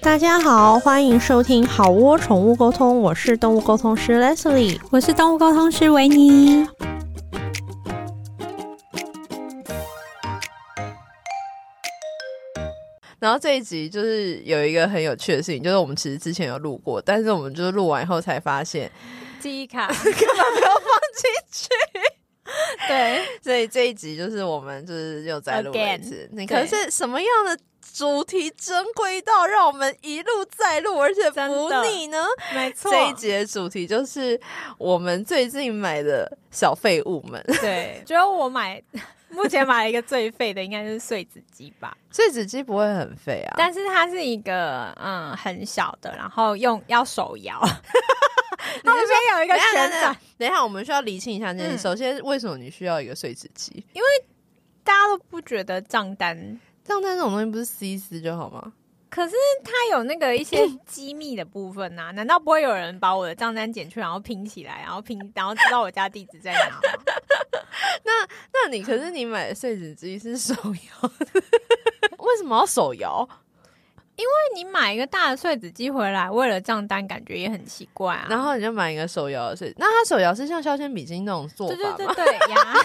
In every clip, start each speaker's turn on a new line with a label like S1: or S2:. S1: 大家好，欢迎收听好窝宠物沟通，我是动物沟通师 Leslie。
S2: 我是动物沟通师维尼。
S3: 然后这一集就是有一个很有趣的事情，就是我们其实之前有录过，但是我们就是录完以后才发现，
S2: 记 忆卡，
S3: 所以这一集就是我们就是又再录了一次。你可
S2: 对
S3: 是什么样的主题珍贵到让我们一路再录，而且不
S2: 真的
S3: 腻呢？
S2: 没错，
S3: 这一集的主题就是我们最近买的小废物们。
S2: 对，觉得我买目前买了一个最废的应该是碎纸机吧，
S3: 碎纸机不会很废啊，
S2: 但是它是一个嗯很小的，然后用要手 摇，它这边有一个
S3: 等一下
S2: 旋
S3: 等一
S2: 转
S3: 下，等一下，我们需要厘清一下这件事。
S2: 嗯
S3: 首先，为什么你需要一个碎纸机？
S2: 大家都不觉得账单。
S3: 账单这种东西不是撕一撕就好吗？
S2: 可是它有那个一些机密的部分呐、难道不会有人把我的账单剪去，然后拼起来，然后拼，然后知道我家地址在哪吗？
S3: 那你可是你买的碎纸机是手摇的， 为什么要手摇？
S2: 你买一个大的碎纸机回来，为了账单，感觉也很奇怪啊。
S3: 然后你就买一个手摇的碎，那它手摇是像削铅笔晶那种做
S2: 对
S3: 法
S2: 对
S3: 吗？
S2: 对对呀，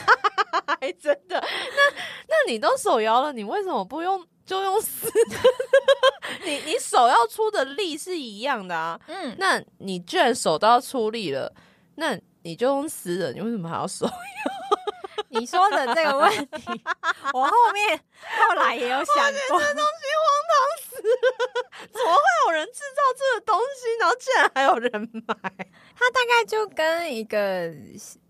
S3: 还真的。那那你都手摇了，你为什么不用就用撕的？ 你你手要出的力是一样的啊。
S2: 嗯，
S3: 那你既然手都要出力了，那你就用撕的，你为什么还要手？
S2: 你说的这个问题，我后面后来也有想过，
S3: 怎么会有人制造这个东西，然后竟然还有人买？
S2: 它大概就跟一个，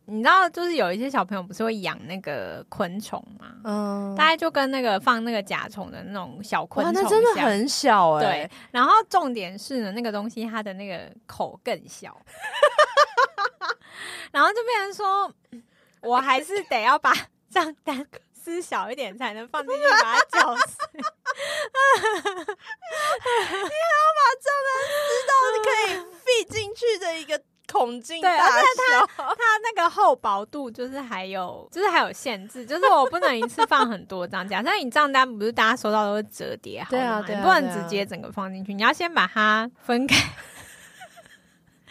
S2: 你知道，就是有一些小朋友不是会养那个昆虫吗？
S3: 嗯
S2: 大概就跟那个放那个甲虫的那种小昆
S3: 哇，
S2: 虫一
S3: 那
S2: 样，
S3: 真的很小哎、
S2: 对。然后重点是呢，那个东西它的那个口更小，然后就变成说，我还是得要把账单撕小一点，才能放进去把它绞死。
S3: 可以fit 进去的一个孔径
S2: 对而
S3: 大小。
S2: 它那个厚薄度就是还有，就是还有限制，就是我不能一次放很多张。假设你账单不是大家收到都是折叠好的嘛，
S3: 对啊对啊
S2: 你不能
S3: 对啊
S2: 直接整个放进去，你要先把它分开，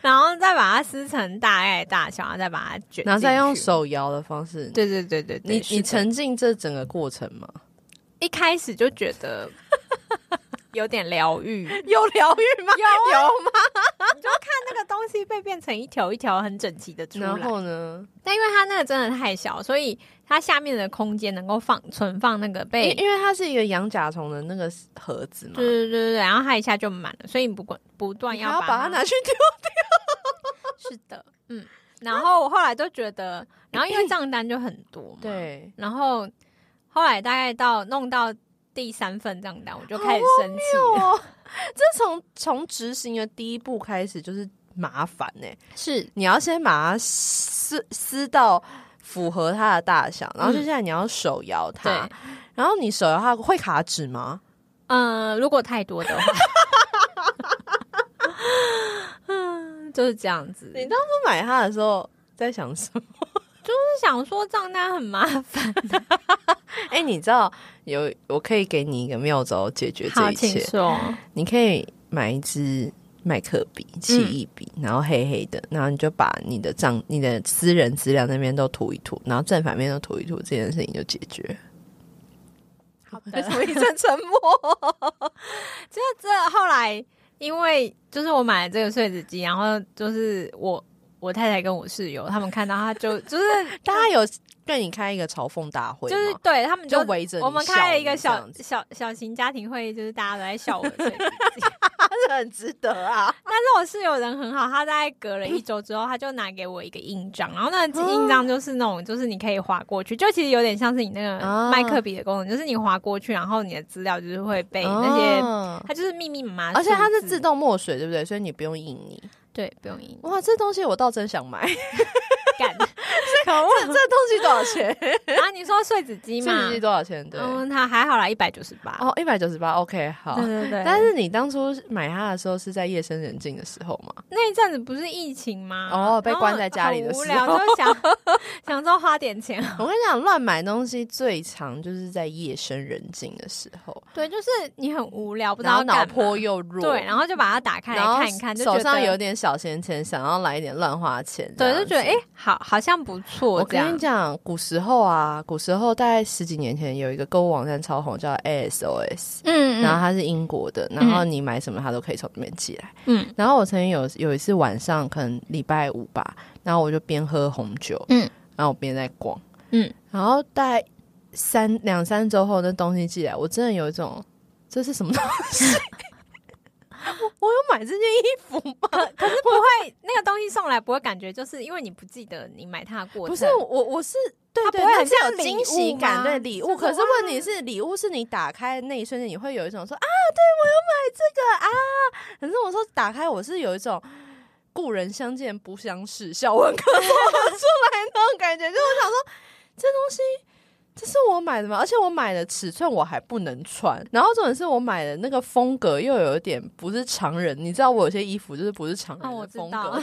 S2: 然后再把它撕成大概的大小，然后再把它卷进去，
S3: 然后再用手摇的方式，
S2: 对。对对对对，
S3: 你
S2: 是
S3: 你
S2: 的
S3: 沉浸这整个过程吗？
S2: 一开始就觉 得有点疗愈，
S3: 有疗愈吗？有
S2: 啊
S3: 吗？
S2: 那个东西被变成一条一条很整齐的出来
S3: 然。后呢？
S2: 但因为它那个真的太小，所以它下面的空间能够放存放那个被
S3: 因因为它是一个养甲虫的那个盒子嘛，
S2: 哎对对对对，然后它一下就满了，所以你不管不
S3: 嗯
S2: 断
S3: 你还要
S2: 把
S3: 把它拿去丢。
S2: 是的， 嗯。然后我后来就觉得，然后因为账单就很多嘛，。
S3: 对，
S2: 然后后来大概到弄到第三份账单，我就开始生气了。
S3: 哦， 这从从执行的第一步开始就是麻烦呢、
S2: 是，
S3: 你要先把它撕撕到符合它的大小，然后接
S2: 嗯
S3: 下来你要手摇
S2: 对，
S3: 它，然后你手摇它会卡纸吗？
S2: 嗯、如果太多的话， 嗯，就是这样子。
S3: 你当初买它的时候在想什么？
S2: 就是想说账单很麻
S3: 啊
S2: 烦，
S3: 哎、你知道有我可以给你一个妙招解决这
S2: 好，
S3: 一
S2: 请
S3: 切，
S2: 说。
S3: 你可以买一支麦克笔、奇异笔，然后黑黑的，然后你就把你的账、你的私人资料那边都涂一涂，然后正反面都涂一涂，这件事情就解决。
S2: 好
S3: 为
S2: 的
S3: 什，么一阵沉默？
S2: 这这后来，因为就是我买了这个碎纸机，然后就是我我太太跟我室友他们看到，他就 就是
S3: 大家有跟你开一个嘲讽大会吗？
S2: 就是对他们就
S3: 就围着你
S2: 我们开了一
S3: 笑
S2: 个
S3: 你这
S2: 小
S3: 样子
S2: 小小型家庭会议，就是大家都在笑我的碎纸机。
S3: 是很值得啊！
S2: 但是我室友人很好，他大概隔了一周之后，他就拿给我一个印章，然后那
S3: 哦
S2: 个印章就是那种就是你可以划过去，就其实有点像是你那
S3: 啊
S2: 个麦克笔的功能，就是你划过去，然后你的资料就是会被那些。
S3: 哦
S2: 它就是密密麻麻，
S3: 而且它是
S2: 数字
S3: 自动墨水，对不对？所以你不用印泥。
S2: 对，不用印，
S3: 哇，这东西我倒真想买。
S2: 干，可恶！
S3: 这东西多少钱？
S2: 啊，你说碎纸 机嘛？
S3: 这机多少钱？对，
S2: 嗯，它还好啦，一百九十八。
S3: 哦，一百九十八，OK，好
S2: 对。对对，
S3: 但是你当初买它的时候是在夜深人静的时候 吗？
S2: 那一阵子不是疫情吗？
S3: 哦被关在家里的时候
S2: 然后很无聊，就想 想说花点 钱。
S3: 我跟你讲，乱买东西最常就是在夜深人静的时候，
S2: 对，就是你很无聊，不知
S3: 然
S2: 道
S3: 后脑
S2: 干嘛
S3: 波又弱，
S2: 对，然后就把它打开来
S3: 然后
S2: 看一看，就觉
S3: 手
S2: 得
S3: 上有点小闲钱，想要来一点乱花钱，
S2: 对，
S3: 这
S2: 就
S3: 样
S2: 觉得
S3: 子
S2: 哎、诶好，好像不错
S3: 我
S2: 这
S3: 跟
S2: 样
S3: 你。讲，古时候啊，古时候大概十几年前有一个购物网站超红，叫 ASOS，、
S2: 嗯
S3: 然后它是英国的，然后你买什么它都可以从里面寄来。
S2: 嗯
S3: 然后我曾经有有一次晚上，可能礼拜五吧，然后我就边喝红酒，
S2: 嗯
S3: 然后我边在逛，
S2: 嗯，
S3: 然后大概三两三周后那东西寄来，我真的有一种这是什么东西？我我有买这件衣服吗？
S2: 可是不 会，那个东西送来不会感觉，就是因为你不记得你买它的过程。
S3: 不是我，我是对
S2: 它
S3: 对，
S2: 不会
S3: 那
S2: 很
S3: 是
S2: 像
S3: 有
S2: 礼
S3: 惊
S2: 物
S3: 喜感，
S2: 吗
S3: 对礼
S2: 就
S3: 物。
S2: 是
S3: 可是
S2: 哇
S3: 问题是，礼物是你打开的那一瞬间，你会有一种说啊，对我有买这个啊。可是我说打开，我是有一种。故人相见不相识，小文哥 说出来那种感觉，就我想说，这东西这是我买的吗？而且我买的尺寸我还不能穿，然后重点是我买的那个风格又有一点不是常人，你知道我有些衣服就是不是常
S2: 哦，
S3: 人
S2: 我
S3: 的
S2: 知
S3: 风格，
S2: 道，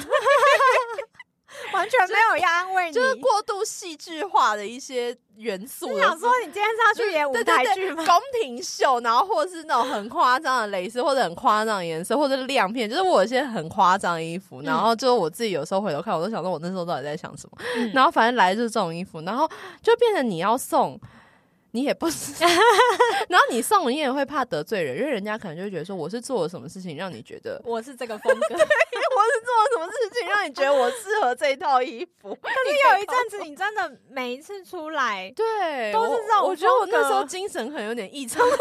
S2: 完全没有要安慰你，
S3: 就是过度戏剧化的一些元素
S2: 我
S3: 的
S2: 想
S3: 时
S2: 说
S3: 候。
S2: 你今天是要去演舞
S3: 对
S2: 台
S3: 对对
S2: 剧吗？
S3: 宫廷秀，然后或是那种很夸张的蕾丝，或者很夸张的颜色，或者是亮片，就是我有一些很夸张的衣服，然后就是我自己有时候回头看，我都想说，我那时候到底在想什么？
S2: 嗯
S3: 然后反正来的就是这种衣服，然后就变成你要送，你也不 是，然后你送你也会怕得罪人，因为人家可能就会觉得说，我是做了什么事情让你 觉得
S2: 我是这个风格。
S3: 我是做了什么事情让你觉得我适合这套衣服？可
S2: 有一阵子你真的每一次出 来，
S3: 对，
S2: 都是
S3: 我
S2: 这种
S3: 我觉得我
S2: 风格
S3: 那时候精神可能有点异常的问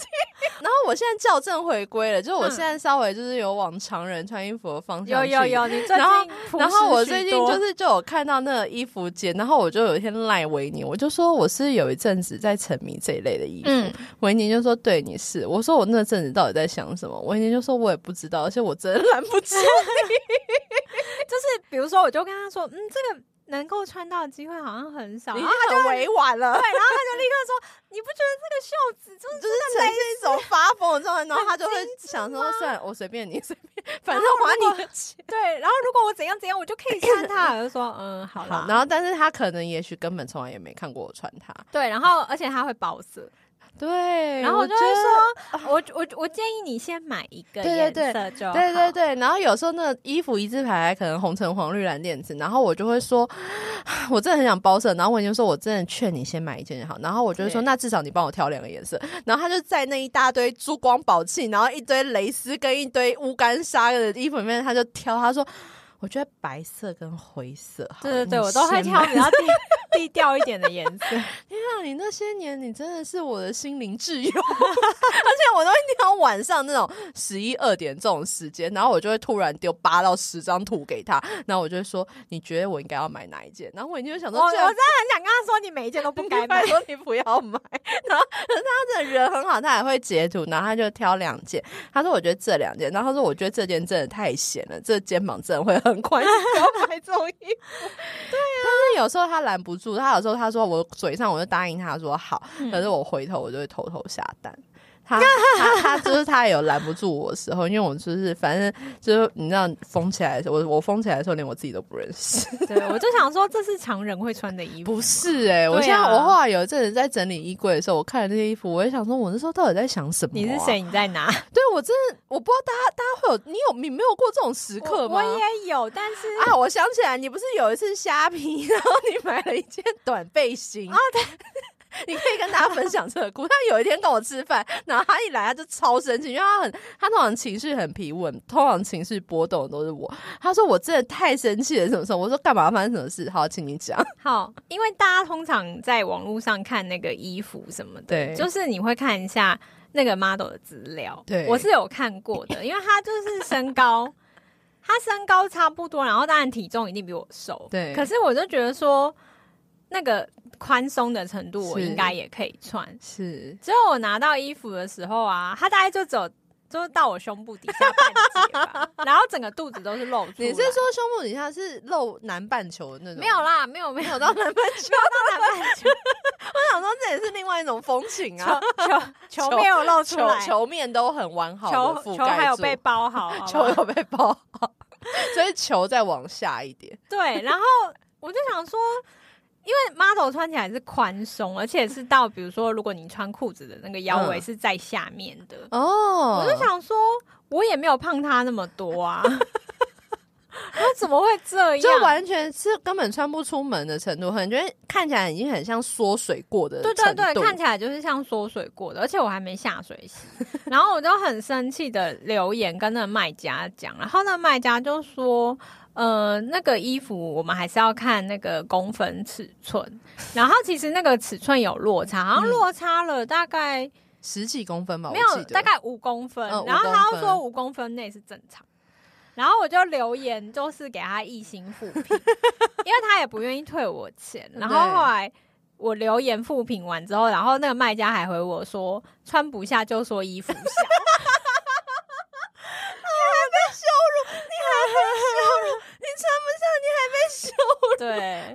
S3: 题， 然后我现在校正回归了，就是我
S2: 嗯
S3: 现在稍微就是有往常人穿衣服的方向
S2: 有有
S3: 去。
S2: 有，你最
S3: 然后
S2: 近朴
S3: 然后
S2: 实
S3: 我
S2: 许
S3: 最近
S2: 多
S3: 就是就有看到那个衣服节，然后我就有一天赖维尼，我就说我是有一阵子在沉迷这一类的衣服，
S2: 嗯，
S3: 维尼就说对你是，我说我那阵子到底在想什么，维尼就说我也不知道，而且我真的拦不住，
S2: 就是比如说，我就跟他说，嗯，这个能够穿到的机会好像很少，
S3: 你
S2: 然
S3: 已
S2: 后
S3: 经很委婉了。
S2: 对，然后他就立刻说，你不觉得这个袖子就是
S3: 就是呈现一种发疯的状态，然后他 就会想说：
S2: 啊
S3: 算了，我随便你，随便，反正还你的钱。
S2: 对，然后如果我怎样怎样，我就可以穿它，我就说，嗯，好啦
S3: 好，。然后但是他可能也许根本从来也没看过我穿它，
S2: 对，然后而且它会保色，
S3: 对，
S2: 然后我
S3: 哎我
S2: 就
S3: 觉
S2: 会
S3: 得。
S2: 说，我我我建议你先买一个
S3: 对
S2: 颜
S3: 对
S2: 色就好，
S3: 对对对，然后有时候那个衣服一字排开，可能红橙黄绿蓝靛紫，然后我就会说， 我真的很想包色，然后我就说我真的劝你先买一件就好，然后我就会说
S2: 对
S3: 那至少你帮我挑两个颜色，然后他就在那一大堆珠光宝气，然后一堆蕾丝跟一堆乌干纱的衣服里面，他就挑，他说我觉得白色跟灰色好，
S2: 对对对，
S3: 你
S2: 我都会
S3: 先
S2: 挑
S3: 买
S2: 比较低低调一点的颜色，
S3: 天啊，你那些年你真的是我的心灵挚友， 而且我都会挑晚上那种十一二点这种时间，然后我就会突然丢八到十张图给他，然后我就会说你觉得我应该要买哪一件？然后我已经想
S2: 我
S3: 说，
S2: 我
S3: 这
S2: 真的
S3: 样
S2: 很想跟他说，你每一件都不该买
S3: 拜，托你不要买。然后可是他的人很好，他还会截图，然后他就挑两件。他说我觉得这两件，然后他说我觉得这件真的太显了，这肩膀真的会很宽，不 要买这种衣服。对啊，但是有时候他拦不住，他有时候他说我嘴上我就答应他说好，可是我回头我就会偷偷下单。他他他就是他有拦不住我的时候，因为我就是反正就是你知道封起来的时候，我我封起来的时候连我自己都不认识。
S2: 对，我就想说这是常人会穿的衣服，
S3: 不是哎、我
S2: 对
S3: 现在
S2: 啊
S3: 我后来有一阵子在整理衣柜的时候，我看了这些衣服，我也想说，我那时候到底在想什么、啊
S2: 你是？谁？你在哪？
S3: 对我真的我不知道大家大家会有你有你没有过这种时刻吗？
S2: 我我也有，但是
S3: 啊，我想起来，你不是有一次虾皮，然后你买了一件短背心
S2: 哦
S3: 啊？对。你可以跟大家分享这个故事。他有一天跟我吃饭，然后他一来他就超生气，因为他很他通常情绪很平稳，通常情绪波动的都是我。他说我真的太生气了，什么什么？我说干嘛发生什么事？好，请你讲。
S2: 好，因为大家通常在网络上看那个衣服什么
S3: 对
S2: 的，就是你会看一下那个 model 的资料。
S3: 对
S2: 我是有看过 的，因为他就是身高， 他身高差不多，然后当然体重一定比我瘦。
S3: 对
S2: 可是我就觉得说，那个宽松的程度，我
S3: 是
S2: 应该也可以穿。
S3: 是
S2: 结果我拿到衣服的时候啊，它大概就只有就是到我胸部底下半截 吧，然后整个肚子都是露出
S3: 你
S2: 来。
S3: 是说胸部底下是露南半球的那种？
S2: 没有啦？没有没有到
S3: 到南半球，
S2: 到南半球，
S3: 我想说这也是另外一种风情啊，
S2: 球没有露 出
S3: 球
S2: 来，
S3: 球面都很完好的
S2: 球
S3: 覆
S2: 球
S3: 盖
S2: 还有
S3: 住
S2: 被啊包好，好不好
S3: 球有被包好， 所以球再往下一点。
S2: 对，然后我就想说，因为 model 穿起来是宽松，而且是到比如说，如果你穿裤子的那个腰围
S3: 嗯
S2: 是在下面的，
S3: 哦
S2: 我就想说，我也没有胖他那么 多啊，我怎么会这
S3: 就
S2: 样？
S3: 完全是根本穿不出门的程度，很觉得看起来已经很像缩水过的
S2: 对
S3: 程
S2: 对
S3: 度。
S2: 对，看起来就是像缩水过的，而且我还没下水洗， 然后我就很生气的留言跟那个卖家讲，然后那个卖家就说，呃，那个衣服我们还是要看那个公分尺寸，然后其实那个尺寸有落差，
S3: 嗯
S2: 好像落差了大概、
S3: 十几公分吧，
S2: 没
S3: 我
S2: 有
S3: 记得
S2: 大概五公分，
S3: 嗯
S2: 然后
S3: 5公
S2: 他又
S3: 分
S2: 说五公分内是正常。然后我就留言，就是给他一星复 评，因为他也不愿意退我钱。然后后来我留言复评完之后，然后那个卖家还回我说：“穿不下就说 衣服小。”你还被羞辱，你还被羞辱，你穿不下，你还被羞辱。对，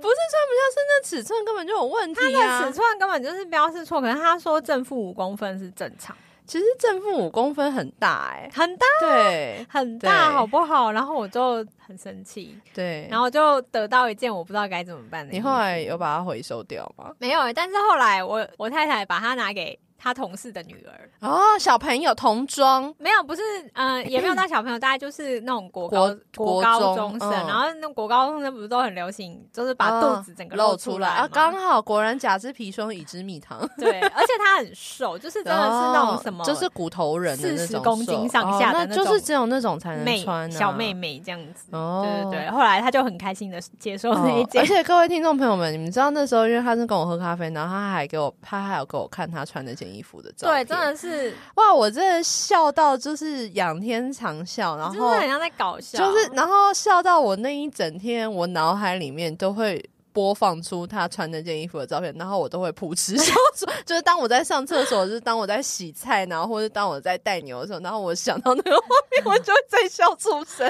S3: 不是穿不下，是那尺寸根本就有问题
S2: 那
S3: 啊
S2: 尺！寸根本就是标示错，可是他说正负五公分是正常，
S3: 其实正负五公分很大哎、
S2: 很大
S3: 对
S2: 很
S3: 对
S2: 大，好不好？然后我就很生气，
S3: 对。
S2: 然后就得到一件我不知道该怎么办的衣
S3: 你
S2: 服。
S3: 后来有把它回收掉吗？
S2: 没有欸、但是后来我我太太把它拿给她同事的女儿，
S3: 哦，小朋友童装，
S2: 没有，不是，呃，也没有到小朋友，大概就是那种国高
S3: 国
S2: 国
S3: 国
S2: 高
S3: 中
S2: 中生，
S3: 嗯
S2: 然后那国高中生不是都很流行，就是把
S3: 哦
S2: 肚子整个
S3: 露
S2: 出
S3: 出来啊！
S2: 吗
S3: 刚好果然甲之砒霜，乙之蜜糖，
S2: 对，而且她很瘦， 就是真的是那种什么，
S3: 哦就是骨头人的那
S2: 40
S3: 种瘦，
S2: 公斤上下的
S3: 哦
S2: 那
S3: 那
S2: 种
S3: 就是只有那种才能
S2: 妹
S3: 穿、啊、
S2: 小妹妹这样子。
S3: 哦，
S2: 对对对，后来她就很开心的接受
S3: 哦
S2: 那一件
S3: 而，且各位听众朋友们，你们知道那时候，因为他是跟我喝咖啡，然后他还给我，他还有给我看他穿那件衣服的照
S2: 对，
S3: 片。
S2: 真的是，
S3: 哇，我真的笑到就是仰天长笑，然
S2: 真的
S3: 后
S2: 很像在搞笑，
S3: 就是然后笑到我那一整天，我脑海里面都会。播放出他穿那件衣服的照片，然后我都会噗嗤笑出。就是当我在上厕所，就是当我在洗菜，然后或者当我在带牛的时候，然后我想到那个画面，我就会再笑出声。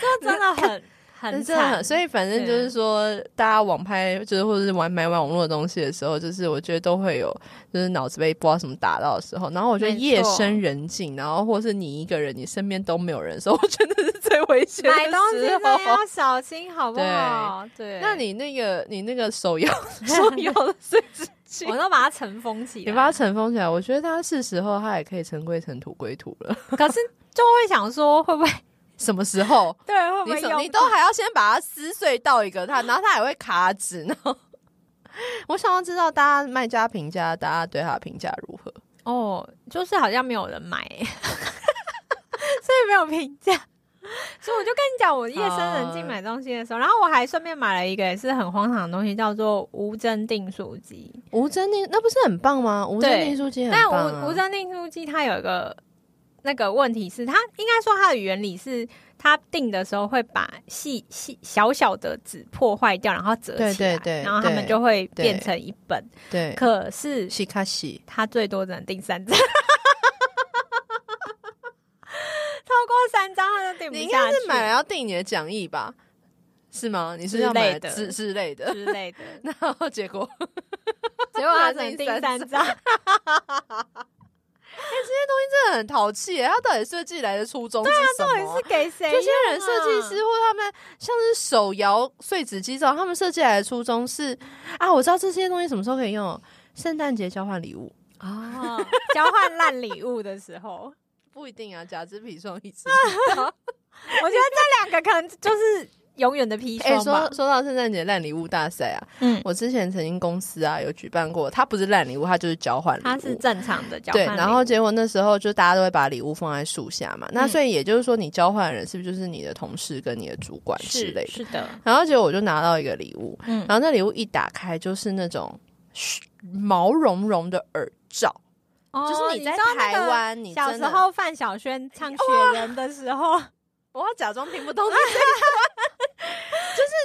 S2: 就 真的很
S3: 那
S2: 很
S3: 真的
S2: 惨，
S3: 很，所以反正就是说，大家网拍就是或者是玩买网络的东西的时候，就是我觉得都会有，就是脑子被不知道什么打到的时候。然后我觉得
S2: 没错
S3: 夜深人静，然后或是你一个人，你身边都没有人的时候，我觉得是最危险的
S2: 买东西
S3: 时
S2: 真的
S3: 候。
S2: 要小心，好不好？对，
S3: 哦那你那个你那个手 摇手摇的碎纸巾
S2: 我。都把它尘封起
S3: 你
S2: 来，
S3: 把它尘封起来，我觉得它是时候，它也可以尘归尘，土归土了。
S2: 可是就会想说，会不会
S3: 什么时候？
S2: 对会不
S3: 你
S2: 会
S3: 手
S2: 用
S3: 你都还要先把它撕碎到一个它，然后它还会卡纸呢。然后我想要知道大家卖家评价，大家对它的评价如何？
S2: 哦，就是好像没有人买、 欸所以没有评价。所以我就跟你讲，我夜深人静
S3: 好
S2: 买东西的时候，然后我还顺便买了一个也是很荒唐的东西，叫做无针订书机。
S3: 吴真定那不是很棒吗？吴真定书机很
S2: 但
S3: 棒、啊，
S2: 无无针订书机它有一个那个问题是，它应该说它的原理是，它订的时候会把细细小小的纸破坏掉，然后折起
S3: 对对
S2: 来，
S3: 对
S2: 然后它们
S3: 对
S2: 就会
S3: 对
S2: 变成一本。
S3: 对，
S2: 可是
S3: 西卡西
S2: 它最多只能订三张。超过三张它就订
S3: 你应
S2: 不下
S3: 该
S2: 去，
S3: 是买了要订你的讲义吧？是吗？你是
S2: 之
S3: 要
S2: 类
S3: 买
S2: 的
S3: 之之类的，
S2: 之类的，
S3: 然后结果
S2: 结果
S3: 啊
S2: 它只能订三 张。
S3: 真的很淘气耶，他到底设计来的初衷是什
S2: 到
S3: 么啊、
S2: 底是给谁用啊？
S3: 这些人设计师或他们像是手摇碎纸机这种，他们设计来的初衷是啊，我知道这些东西什么时候可以用，圣诞节交换礼物
S2: 哦，交换烂礼物的时候，
S3: 不一定啊，假之砒霜一 次。
S2: 我觉得这两个可能就是永远的砒
S3: 哎、
S2: 霜吧
S3: 说。说到圣诞节烂礼物大赛啊，
S2: 嗯，
S3: 我之前曾经公司啊有举办过，它不是烂礼物，它就是交换礼物，
S2: 它是正常的交换
S3: 对，
S2: 礼物。
S3: 然后结果那时候就大家都会把礼物放在树下嘛，那
S2: 嗯
S3: 所以也就是说，你交换的人是不是就是你的同事跟你的主管之
S2: 是
S3: 类的？
S2: 是的，
S3: 然后结果我就拿到一个礼物，
S2: 嗯
S3: 然后那礼物一打开就是那种嘘毛茸茸的耳罩，
S2: 哦
S3: 就是你在
S2: 知道那个
S3: 台湾，你
S2: 小
S3: 真
S2: 时
S3: 的，
S2: 候范晓萱 唱《雪人》的时候，
S3: 我要假装听不懂你在说，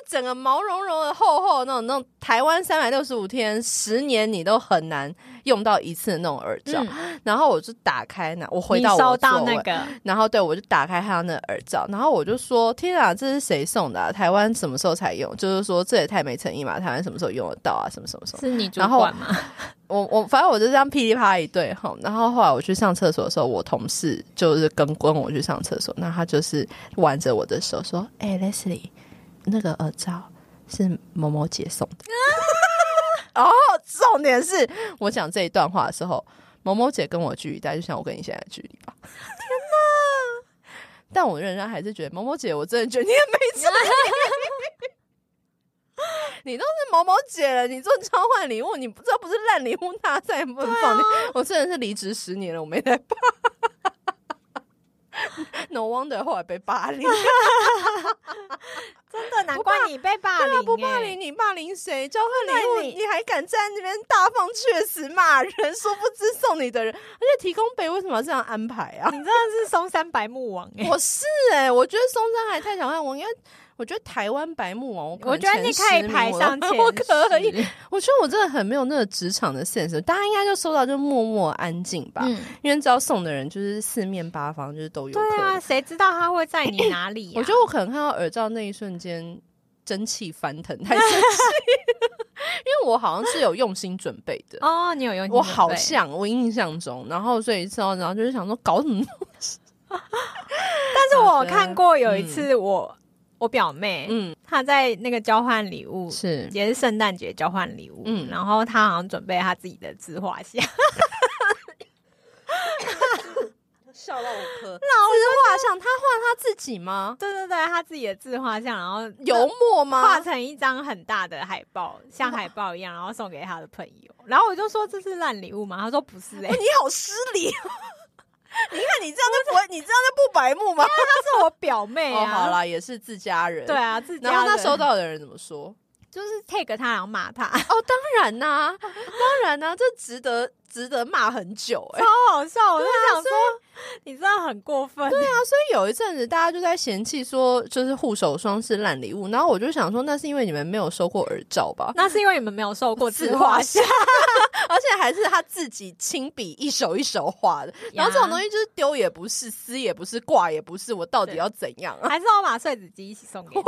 S3: 整个毛茸茸的、厚厚的那种那种台湾三百六十五天十年你都很难用到一次的那种耳罩。
S2: 嗯
S3: 然后我就打开呢，我回
S2: 你
S3: 到我
S2: 收
S3: 的
S2: 到
S3: 座
S2: 那
S3: 位，
S2: 个，
S3: 然后对我就打开他那耳罩，然后我就说：“天啊，这是谁送的、啊？台湾什么时候才用？就是说这也太没诚意嘛！台湾什么时候用得到啊？什么什么什么？”
S2: 是你主
S3: 然后
S2: 管吗？
S3: 我我反正我就这样噼里啪啦一顿吼，然后后来我去上厕所的时候，我同事就是跟跟我去上厕所，那他就是挽着我的手说：“哎、l e s l i e 那个耳罩是某某姐送的。” 然后重点是我讲这一段话的时候，某某姐跟我距离大概就像我跟你现在的距离吧。天哪！ 但我仍然还是觉得某某姐，我真的觉得你也没诚意。你都是某某姐了，你做交换礼物，你不知道不是烂礼物大赛奔放、你我真的是离职十年了，我没在怕。no wonder 后来被霸凌。
S2: 真的，难怪你被霸凌、
S3: 对
S2: 欸
S3: 啊，不 霸凌你，霸凌谁？交换
S2: 那
S3: 礼
S2: 你
S3: 物，你还敢在那边大放厥词骂人？殊不知送你的人，而且提供杯为什么要这样安排啊？
S2: 你真的是松山白目王 哎、
S3: 我是哎、我觉得松山还太小看我，因为我觉得台湾白目王，我可能
S2: 我觉得你可
S3: 前十
S2: 以
S3: 名
S2: 排
S3: 我
S2: 上
S3: 都
S2: 前
S3: 我可以。
S2: 十
S3: 我觉得我真的很没有那个职场的 sense，大家应该就收到就默默安静吧，
S2: 嗯，
S3: 因为只要送的人就是四面八方就是都有
S2: 对
S3: 客人。
S2: 啊，谁知道他会在 你哪里、呀？啊
S3: 我觉得我可能看到耳罩那一瞬间，蒸汽翻腾，太生气了 因为我好像是有用心准备的，
S2: 哦，你有用心
S3: 我
S2: 准
S3: 好
S2: 备
S3: 像我印象中，然后所以之后，然后就是想说搞什么，
S2: 但是
S3: 好
S2: 我
S3: 的
S2: 看过有一
S3: 嗯
S2: 次我、我表妹，
S3: 嗯，
S2: 她在那个交换礼物，
S3: 是
S2: 也是圣诞节交换礼物，
S3: 嗯
S2: 然后她好像准备她自己的自画像，
S3: 笑到我咳。老师画像，他画他自己吗？
S2: 对对对，她自己的自画像，然后
S3: 油墨
S2: 画
S3: 吗？
S2: 成一张很大的海报，像海报一样，然后送给她的朋友，然后我就说这是烂礼物吗？她说不是哎、欸，
S3: 哦你好失礼哦！ 你看你这样就不会，你这样就不白目吗？
S2: 她是我表妹啊，
S3: 哦，好啦，也是自家人。
S2: 对，啊，自己
S3: 然后那收到的人怎么说？
S2: 就是 take 她，然后骂她，
S3: 哦，当然啦、当然啦、啊这值得值得骂很久哎、
S2: 超好 笑，我就
S3: 啊
S2: 想说、你真的很过分，对啊，
S3: 所以有一阵子大家就在嫌弃说，就是护手霜是烂礼物，然后我就想说，那是因为你们没有收过耳罩 吧？
S2: 那是因为你们没有受过自
S3: 自
S2: 画
S3: 画
S2: 像。
S3: 像，而且还是他自己亲笔一手一手画的。 然后这种东西就是丢也不是，撕也不是，挂也不是，我到底
S2: 对
S3: 要怎样啊？
S2: 还是我把碎纸机一起送给你。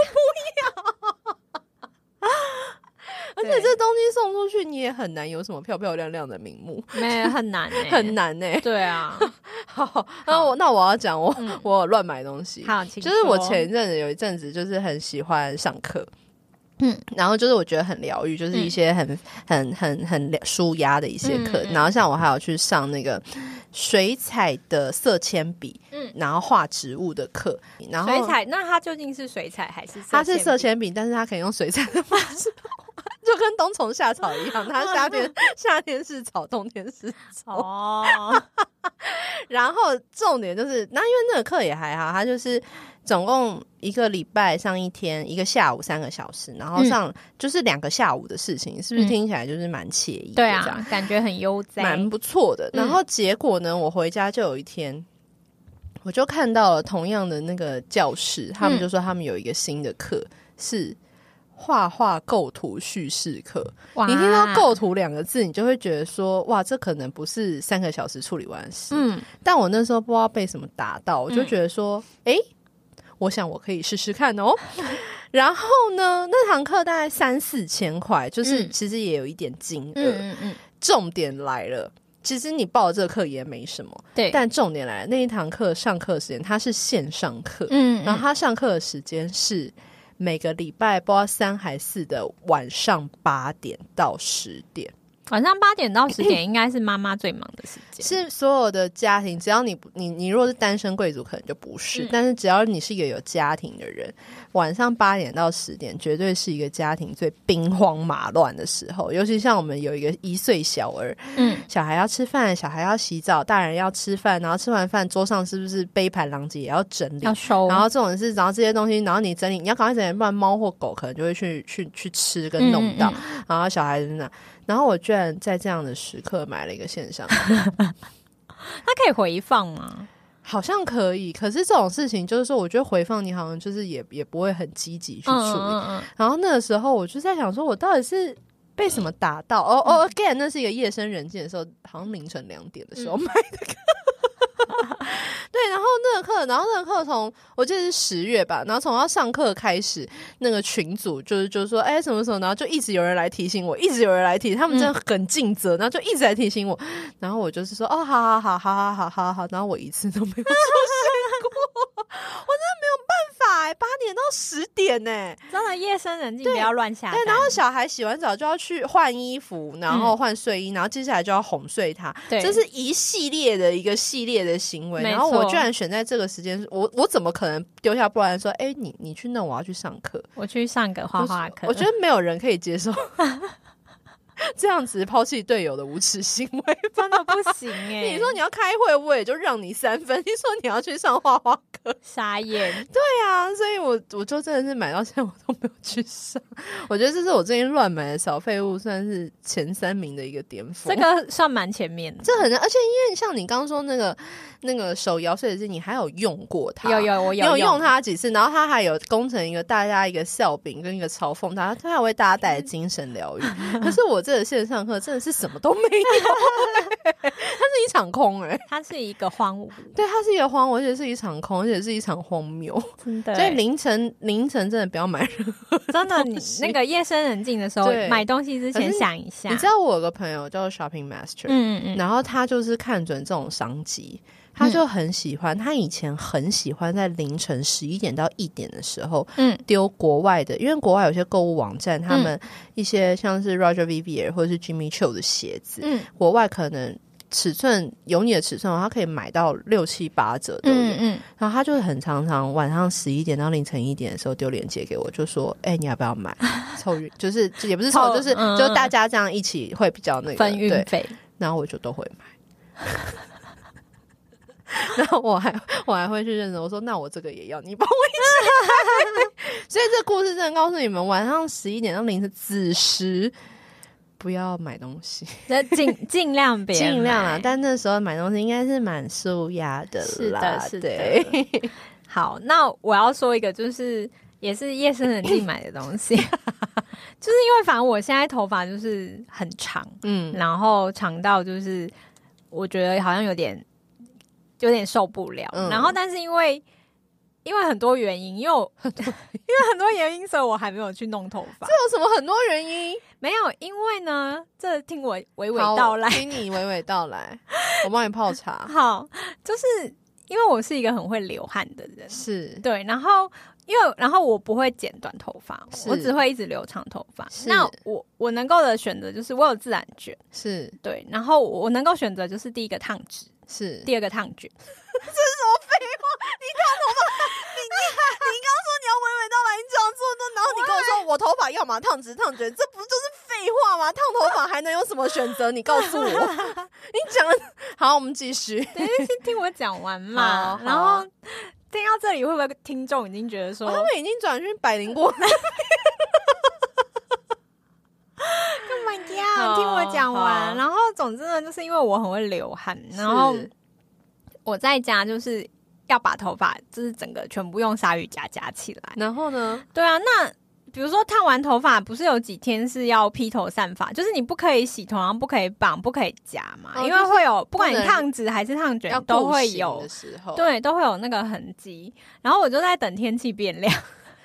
S3: 而且这东西送出去，你也很难有什么漂漂亮亮的名目，
S2: 没很难、欸，
S3: 很。难呢、
S2: 对啊，
S3: 好，那我那我要讲我、
S2: 嗯
S3: 我乱买东西，
S2: 好，请
S3: 就是我
S2: 说
S3: 前一阵子有一阵子就是很喜欢上课，嗯
S2: 嗯，
S3: 然后就是我觉得很疗愈，就是一些很、很很很舒压的一些课。
S2: 嗯嗯
S3: 然后像我还有去上那个水彩的色铅笔，嗯
S2: 嗯，
S3: 然后画植物的课，然后
S2: 水彩，那它究竟是水彩还是
S3: 它是色
S2: 铅
S3: 铅笔，但是它可以用水彩的方式画。 就跟冬虫夏草一样， 它夏天夏天是草，冬天是
S2: 笔？哦，
S3: 然后重点就是，那因为那个课也还好，它就是总共一个礼拜上一天，一个下午三个小时，然后上、就是两个下午的事情，是不是
S2: 嗯
S3: 听起来就是蛮惬意的？
S2: 对啊，，感觉很悠哉。
S3: 蛮不错的。
S2: 嗯
S3: 然后结果呢，我回家就有一天。我就看到了同样的那个教室，他们就说他们有一个新的课、是画画构图叙事课。
S2: 哇
S3: 你听到“构图”两个字，你就会觉得说，哇，这可能不是三个小时处理完的事。
S2: 嗯，
S3: 但我那时候不知道被什么打到，我就觉得说，诶，我想我可以试试看哦。 然后呢，那堂课大概三四千块，就是
S2: 嗯
S3: 其实也有一点金额。
S2: 嗯嗯嗯，
S3: 重点来了。其实你报了这个课也没什么，
S2: 对，
S3: 但重点来了，那一堂课上课时间它是线上课，
S2: 嗯，
S3: 然后他上课的时间是每个礼拜不知道三还四的晚上八点到十点。
S2: 晚上八点到十点应该是妈妈最忙的时间。
S3: 是所有的家庭，只要你不你你如果是单身贵族，可能就不是，
S2: 嗯
S3: 但是只要你是一个有家庭的人，晚上八点到十点绝对是一个家庭最兵荒马乱的时候，尤其像我们有一个一岁小儿，
S2: 嗯，
S3: 小孩要吃饭，小孩要洗澡，大人要吃饭，然后吃完饭桌上是不是杯盘狼藉也要整理
S2: 要？收，
S3: 然后这种事，然后这些东西，然后你整理，你要赶快整理，不然猫或狗可能就会去去去吃跟弄到。
S2: 嗯嗯
S3: 然后小孩子那，然后我居然在这样的时刻买了一个线上课
S2: 嗯它可以回放吗？
S3: 好像可以，可是这种事情就是说，我觉得回放你好像就是也也不会很积极去处理。
S2: 嗯嗯
S3: 然后那个时候我就在想，说我到底是被什么打到？哦哦，again，那是一个夜深人静的时候，好像凌晨两点的时候
S2: 嗯
S3: 买的课。 对，然后那个课，然后那个课从我记得是十月吧，然后从要上课开始，那个群组就是就是说，哎、什么什么，然后就一直有人来提醒我，一直有人来提，他们真的很尽责，然后就一直在提醒我，然后我就是说，哦，好好好好好好好好，然后我一次都没有出现过， 我真的没有办法哎、八点到十点呢、欸
S2: 嗯，真的夜深人静
S3: 对
S2: 不要乱下单
S3: 对，。然后小孩洗完澡就要去换衣服，然后换睡衣，然后接下来就要哄睡他，
S2: 嗯对
S3: 这是一系列的一个系列的行为。
S2: 没
S3: 然后我
S2: 错
S3: 居然选在这个时间，我我怎么可能丢下不然说，哎、你你去弄，我要去上课。
S2: 我去上个画画课，
S3: 我觉得没有人可以接受 这样子抛弃队友的无耻行为。
S2: 真的不行哎、
S3: 你说你要开会，我也就让你三分；你说你要去上画画课，
S2: 傻眼，
S3: 对啊，所以我我就真的是买到现在我都没有去上， 我觉得这是我最近乱买的小废物，算是前三名的一个巅峰。
S2: 这个算蛮前面的。
S3: 这很，而且因为像你刚刚说那个那个手摇碎纸机，你还有用过它，
S2: 有有我
S3: 你有
S2: 用
S3: 用，它几次，然后它还有工成一个大家一个笑柄跟一个嘲讽它，它还为大家带来精神疗愈。 可是我这个线上课真的是什么都没有、它是一场空 哎、
S2: 它是一个荒芜，
S3: 对，它是一个荒芜，而且是一场空，而且是一场荒谬。
S2: 真的
S3: 所以
S2: 欸
S3: 凌晨凌晨真的不要买
S2: 真的，你
S3: 东西
S2: 那个夜深人静的时候
S3: 对
S2: 买东西之
S3: 可
S2: 前
S3: 是
S2: 想一下，
S3: 你知道我有个朋友叫 Shopping Master，、
S2: 嗯嗯嗯，
S3: 然后他就是看准这种商机，他就很喜欢。他以前很喜欢在凌晨十一点到一点的时候，
S2: 嗯，
S3: 丢国外的，因为国外有些购物网站，他们一些像是 Roger Vivier 或者是 Jimmy Choo 的鞋子，
S2: 嗯
S3: 国外可能。尺寸有你的尺寸哦的话，他可以买到六七八折都有。
S2: 嗯嗯，
S3: 然后他就很常常晚上十一点到凌晨一点的时候丢链接给我，就说：“哎、你要不要买？” 凑运就是也不是凑，
S2: 凑
S3: 就是、
S2: 嗯
S3: 就大家这样一起会比较那个
S2: 分运
S3: 对。
S2: 费，
S3: 然后我就都会买， 然后我还我还会去认真我说：“那我这个也要，你帮我一起买。” 所以这故事真的告诉你们，晚上十一点到凌晨子时不要买东西，
S2: 那 尽尽量 别
S3: 尽量啦
S2: 买。
S3: 但那时候买东西应该是蛮舒压的
S2: 是的
S3: 啦，
S2: 是的
S3: 对。
S2: 好，那我要说一个，就是也是夜深人静买的东西， 就是因为反正我现在头发就是很长，
S3: 嗯，
S2: 然后长到就是我觉得好像有点有点受不了，
S3: 嗯
S2: 然后但是因为。因为很多原因，因为我 因为很多原因，所以我还没有去弄头发。
S3: 有什么很多原因？
S2: 没有，因为呢，这听我娓
S3: 好
S2: 娓道来。
S3: 听你娓娓道来，我帮你泡茶。
S2: 好，就是因为我是一个很会流汗的人，
S3: 是，
S2: 对，然后因为然后我不会剪短头发，
S3: 是
S2: 我只会一直留长头发。
S3: 是
S2: 那我我能够的选择就是我有自然卷，
S3: 是，
S2: 对，然后我我能够选择就是第一个烫直，
S3: 是。
S2: 第二个烫卷。
S3: 你要娓娓道来，你这样做都，然后你跟我说我头发要么烫直烫卷，这不就是废话吗？烫头发还能有什么选择？你告诉 我，你讲得好，我们继续。
S2: 等一下听我讲完嘛，
S3: 好
S2: 然
S3: 好
S2: 后听到这里会不会听众已经觉得说，
S3: 他们已经转去百灵果，
S2: Oh my god！听我讲
S3: 好
S2: 完，然后总之呢，就是因为我很会流汗，然后
S3: 是
S2: 我在家就是要把头发就是整个全部用鲨鱼夹夹起来。
S3: 然后呢？
S2: 对啊，那比如说烫完头发，不是有几天是要披头散发，就是你不可以洗头，然后不可以绑，不可以夹嘛，
S3: 哦
S2: 因为会有不管你
S3: 能
S2: 烫直还是烫
S3: 要
S2: 卷都会
S3: 步行
S2: 有
S3: 的。时候，，
S2: 对，都会有那个痕迹。然后我就在等天气变凉，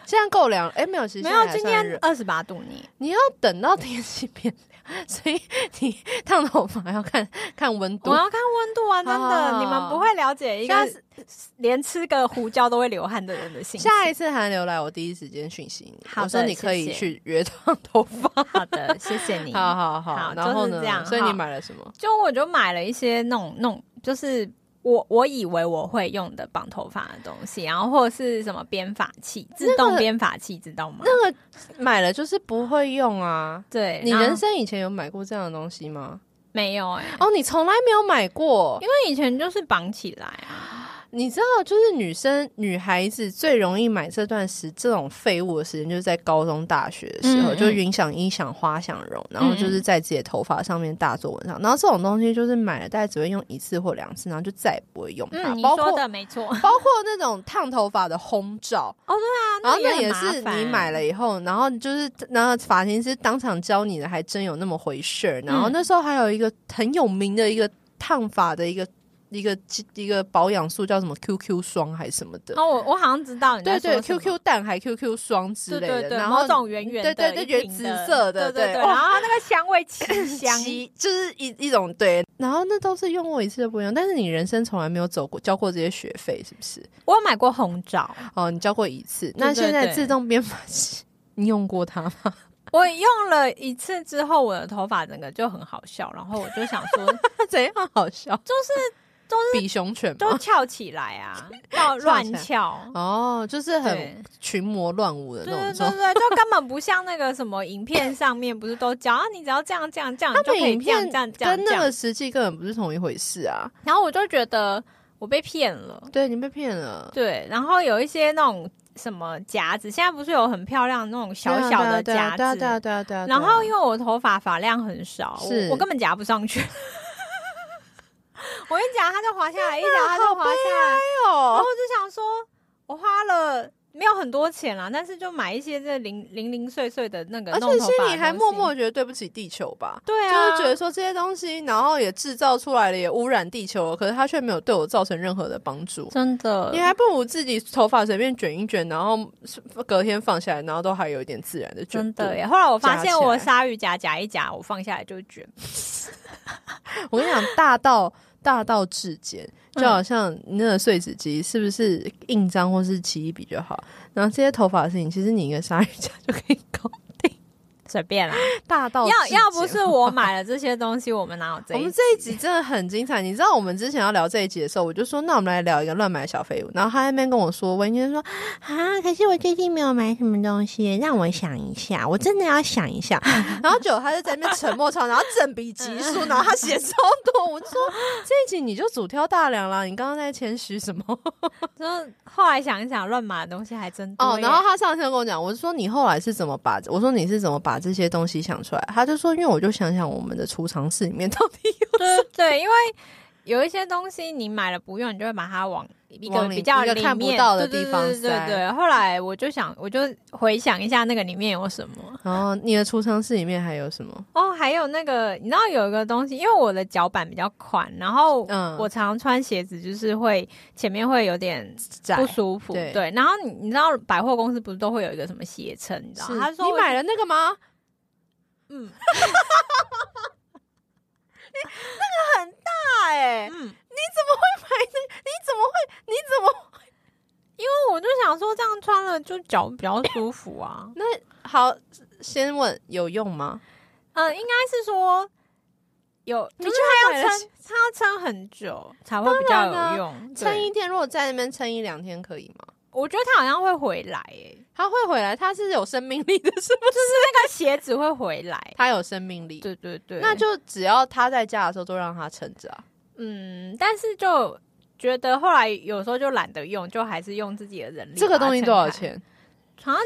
S3: 现在够凉了。哎，没有，其实
S2: 没
S3: 现在
S2: 有
S3: 还
S2: 今
S3: 算
S2: 天
S3: 热
S2: 二十八度你，
S3: 你要等到天气变凉，所以你烫头发要看看温度
S2: 我。要看温度啊！真
S3: 好
S2: 的，你们不会了解一
S3: 下
S2: 个
S3: 次
S2: 连吃个胡椒都会流汗的人的心情。
S3: 下一次寒流来，我第一时间讯息你，
S2: 好的
S3: 我说你可以
S2: 谢谢
S3: 去约烫头发。
S2: 好的，谢谢 你。
S3: 好好
S2: 好
S3: 然后
S2: 就
S3: 呢
S2: 是这？样
S3: 所以
S2: 好
S3: 你买了什么？
S2: 就我就买了一些那种那种，就是我我以为我会用的绑头发的东西，然后或者是什么编发器，自动编发器，知道吗？
S3: 那个买了就是不会用啊。
S2: 对，
S3: 你
S2: 然后
S3: 人生以前有买过这样的东西吗？
S2: 没有哎、
S3: 哦，你从来没有买过
S2: 因，为以前就是绑起来啊，
S3: 你知道，就是女生、女孩子最容易买这段时这种废物的时间，就是在高中、大学的时候，
S2: 嗯
S3: 就云想、音想、花想容，然后就是在自己的头发上面大做文章。然后这种东西就是买了，大概只会用一次或两次，然后就再也不会用它。
S2: 嗯，你
S3: 包括
S2: 说的没 错。哦，
S3: 包括那种烫头发的烘罩，
S2: 对啊，
S3: 然后那
S2: 也
S3: 也
S2: 很麻
S3: 是
S2: 烦
S3: 你买了以后，然后就是然后发型师当场教你的，还真有那么回事儿。然后
S2: 嗯
S3: 那时候还有一个很有名的一个烫发的一个一个一个保养素，叫什么 QQ 霜还是什么的。
S2: 哦，我我好像知道你
S3: 对
S2: 在
S3: 对
S2: 说什么
S3: ，QQ 蛋还 QQ 霜之
S2: 对
S3: 类
S2: 对
S3: 的，
S2: 对，
S3: 然
S2: 某
S3: 后
S2: 种圆圆的，
S3: 对对对
S2: 一瓶
S3: 紫色的
S2: 对对
S3: 对
S2: 对，
S3: 哇
S2: 然后它那个香味奇 香，
S3: 其就是一一种对，然后那都是用过一次就不用，但是你人生从来没有走过交过这些学费，是不是？
S2: 我有买过红枣，
S3: 哦，你交过一次，那
S2: 对对
S3: 现在
S2: 对
S3: 自动编发器，你用过它吗？
S2: 我用了一次之后，我的头发整个就很好笑，然后我就想 说，
S3: 它怎样好笑？
S2: 就是
S3: 比熊犬
S2: 都
S3: 吗？
S2: 翘起来啊，要乱翘。
S3: 哦，就是很
S2: 对
S3: 群魔乱舞的
S2: 对
S3: 那
S2: 对
S3: 种
S2: 对。对，就根本不像那个什么影片上面不是都讲，啊，你只要这样这样这样，你就
S3: 他
S2: 可
S3: 们
S2: 以
S3: 影
S2: 这样
S3: 片
S2: 这样这样
S3: 跟
S2: 这
S3: 那
S2: 样
S3: 个。实际根本不是同一回事啊！
S2: 然后我就觉得我被骗了，
S3: 对你被骗了，
S2: 对。然后有一些那种什么夹子，现在不是有很漂亮的那种小小的
S3: 对啊
S2: 夹
S3: 对啊对啊
S2: 子，
S3: 对啊对啊。对啊
S2: 然后因为我头发发量很少，
S3: 是
S2: 我我根本夹不上去。 我一夹它就滑下来，一夹它就滑下来。然后
S3: 哦，
S2: 我就想说，我花了没有很多钱啊啦，但是就买一些这零零零碎碎的那个
S3: 而
S2: 弄头发
S3: 且
S2: 的东西，
S3: 心里还默默觉得对不起地球吧。
S2: 对啊，
S3: 就是觉得说这些东西，然后也制造出来了，也污染地球了，可是它却没有对我造成任何的帮助。
S2: 真的
S3: 你还不如自己头发随便卷一卷，然后隔天放下来，然后都还有一点自然的卷
S2: 真
S3: 度。
S2: 的耶！后来我发
S3: 夹
S2: 现
S3: 起来
S2: 我鲨鱼夹夹一夹，我放下来就卷。
S3: 我跟你讲，大到大到至简，
S2: 嗯
S3: 就好像你那个碎纸机是不是印章或是起一笔就好？然后这些头发的事情，其实你一个鲨鱼夹就可以搞。
S2: 随便啦，
S3: 大到至
S2: 要
S3: 简
S2: 要不是我买了这些东西，我们哪有这
S3: 哦我
S2: 一
S3: 们？这一集真的很精彩，你知道我们之前要聊这一集的时候，我就说那我们来聊一个乱买小废物，然后他在那边跟我说，我已经说
S1: 啊，可是我最近没有买什么东西，让我想一下，我真的要想一下。
S3: 然后结果他就在那边沉默超，然后整笔集数，然后他写超多。我就说嗯 这一集你就主挑大梁啦，你刚刚在谦虚什么？
S2: 就是后来想一想，乱买的东西还真多耶。
S3: 哦，然后他上次跟我讲，我说你后来是怎么把，我说你是怎么把这些东西想出来？他就说，因为我就想想我们的储藏室里面到底
S2: 对对，因为有一些东西你买了不用，你就会把它往一个
S3: 往里
S2: 比较
S3: 一个
S2: 里
S3: 看不
S2: 面
S3: 到的
S2: 对对
S3: 地方
S2: 对对
S3: 塞。
S2: 对对。后来我就想，我就回想一下那个里面有什么
S3: 然后哦你的储藏室里面还有什么？
S2: 哦，还有那个，你知道有一个东西，因为我的脚板比较宽，然后
S3: 嗯
S2: 我常常穿鞋子就是会前面会有点
S3: 窄
S2: 不舒服，
S3: 对
S2: 对。然后你你知道百货公司不是都会有一个什么鞋撑，你知道
S3: 是
S2: 吗？他说
S3: 你
S2: 我
S3: 买了那个吗？
S2: 嗯
S3: 大哎、你
S2: 嗯，
S3: 怎么会？你怎么？
S2: 因为我就想说这样穿了就脚比较舒服 啊。
S3: 那好，先问有用吗？呃
S2: 嗯，应该是说有，
S3: 你
S2: 就是
S3: 就
S2: 它
S3: 买
S2: 要
S3: 了
S2: 撑，它要撑很久才会比较
S3: 当然啊
S2: 有用。对
S3: 撑一天，如果在那边撑一两天可以吗？
S2: 我觉得它好像会回来、欸，
S3: 它会回来，它是有生命力的，是不是？
S2: 那个鞋子会回来。
S3: 它有生命力，
S2: 对对对，
S3: 那就只要它在家的时候都让它撑着啊。
S2: 嗯，但是就觉得后来有时候就懒得用，就还是用自己的人力。
S3: 这个东西多少？钱？。
S2: 好像，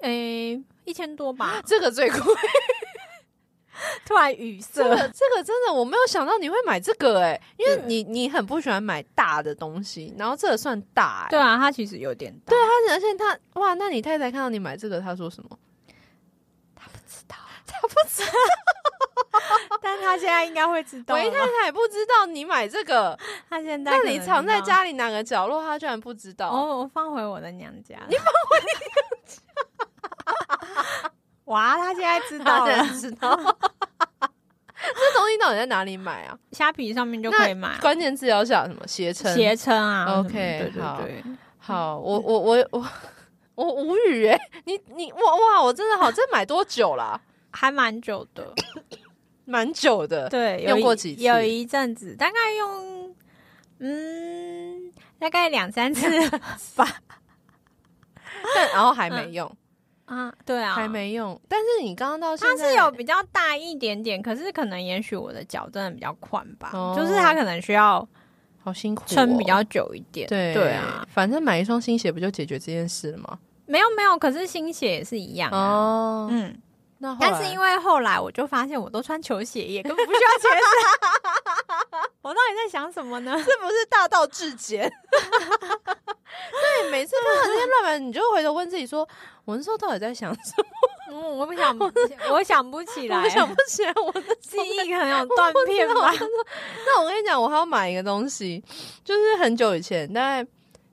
S2: 诶、一千多吧
S3: 这个最贵。
S2: 突然语
S3: 这
S2: 塞哎
S3: 个，这个真的我没有想到你会买这个哎、因为你你很不喜欢买大的东西，然后这个算大哎、
S2: 对啊，它其实有点大。对啊，
S3: 但是而且他哇，那你太太看到你买这个，她说什么？
S2: 但他现在应该会知道了
S3: 喂，
S2: 吧。
S3: 太太也不知道你买这个，
S2: 他现在
S3: 那
S2: 可
S3: 你
S2: 能
S3: 藏在
S2: 知道
S3: 家里哪个角落，她居然不知道。
S2: 哦，我放回我的娘家。你放回你 娘家？哇，他现在知
S3: 她
S2: 道
S3: 当
S2: 了
S3: 然，知道， 这东西到底在哪里买啊？
S2: 虾皮上面就可以买
S3: 关键字要下什么？携程。
S2: 鞋撑啊什么的。
S3: OK，
S2: 对
S3: 好
S2: 对对，
S3: 好，我我我我我无语哎、你你哇哇，我真的好，这买多久啦、
S2: 还蛮久的。
S3: 蛮久的。
S2: 对，有
S3: 用
S2: 一
S3: 过几次
S2: 有一阵子，大概用嗯，大概两三 次吧。
S3: 但然后还
S2: 嗯
S3: 没用，
S2: 啊，对啊，
S3: 还。没用。但是你刚刚到现
S2: 它
S3: 在
S2: 是有比较大一点点，可是可能也许我的脚真的比较宽吧，
S3: 哦
S2: 就是它可能需要
S3: 好辛苦、哦，
S2: 撑比较久一点。
S3: 对
S2: 对啊，，
S3: 反正买一双新鞋不就解决这件事了吗？
S2: 没有没有，可是新鞋也是一样啊。
S3: 哦，
S2: 嗯，
S3: 那后来
S2: 但是因为后来我就发现我都穿球鞋，也根本不需要鞋子。 我到底在想什么呢？
S3: 这不是大道至 简。对，每次看到这些乱码，你就回头问自己说：我那时候到底在想什么？
S2: 嗯，我不想，我想不起来
S3: 我，想不起来。我那
S2: 记忆可能有断片吧。
S3: 那我跟你讲，我还要买一个东西，就是很久以前，大概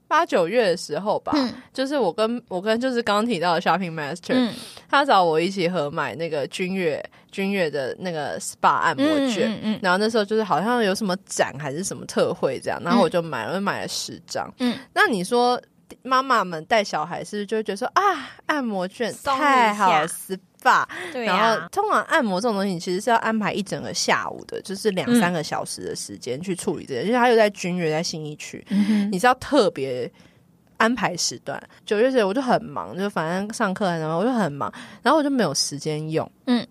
S3: 八九月的时候吧，
S2: 嗯
S3: 就是我跟我跟就是刚刚提到的 Shopping Master，、
S2: 嗯，
S3: 他找我一起合买那个君悦君悦的那个 SPA 按摩券。
S2: 嗯嗯
S3: 然后那时候就是好像有什么展还是什么特惠这样，然后我就买了，我就买了十张。
S2: 嗯
S3: 那你说妈妈们带小孩是不是就会觉得说啊，按摩券
S2: 松一
S3: 太好
S2: 下
S3: SPA？
S2: 嗯，对
S3: 然后
S2: 呀，
S3: 通常按摩这种东西，你其实是要安排一整个下午的，就是两
S2: 嗯
S3: 三个小时的时间去处理这些，因为它又在君悦，在信义区，
S2: 嗯哼
S3: 你是要特别安排时段。九月十我就很忙，就反正上课还是什么，我就很忙，然后我就没有时间用，
S2: 嗯。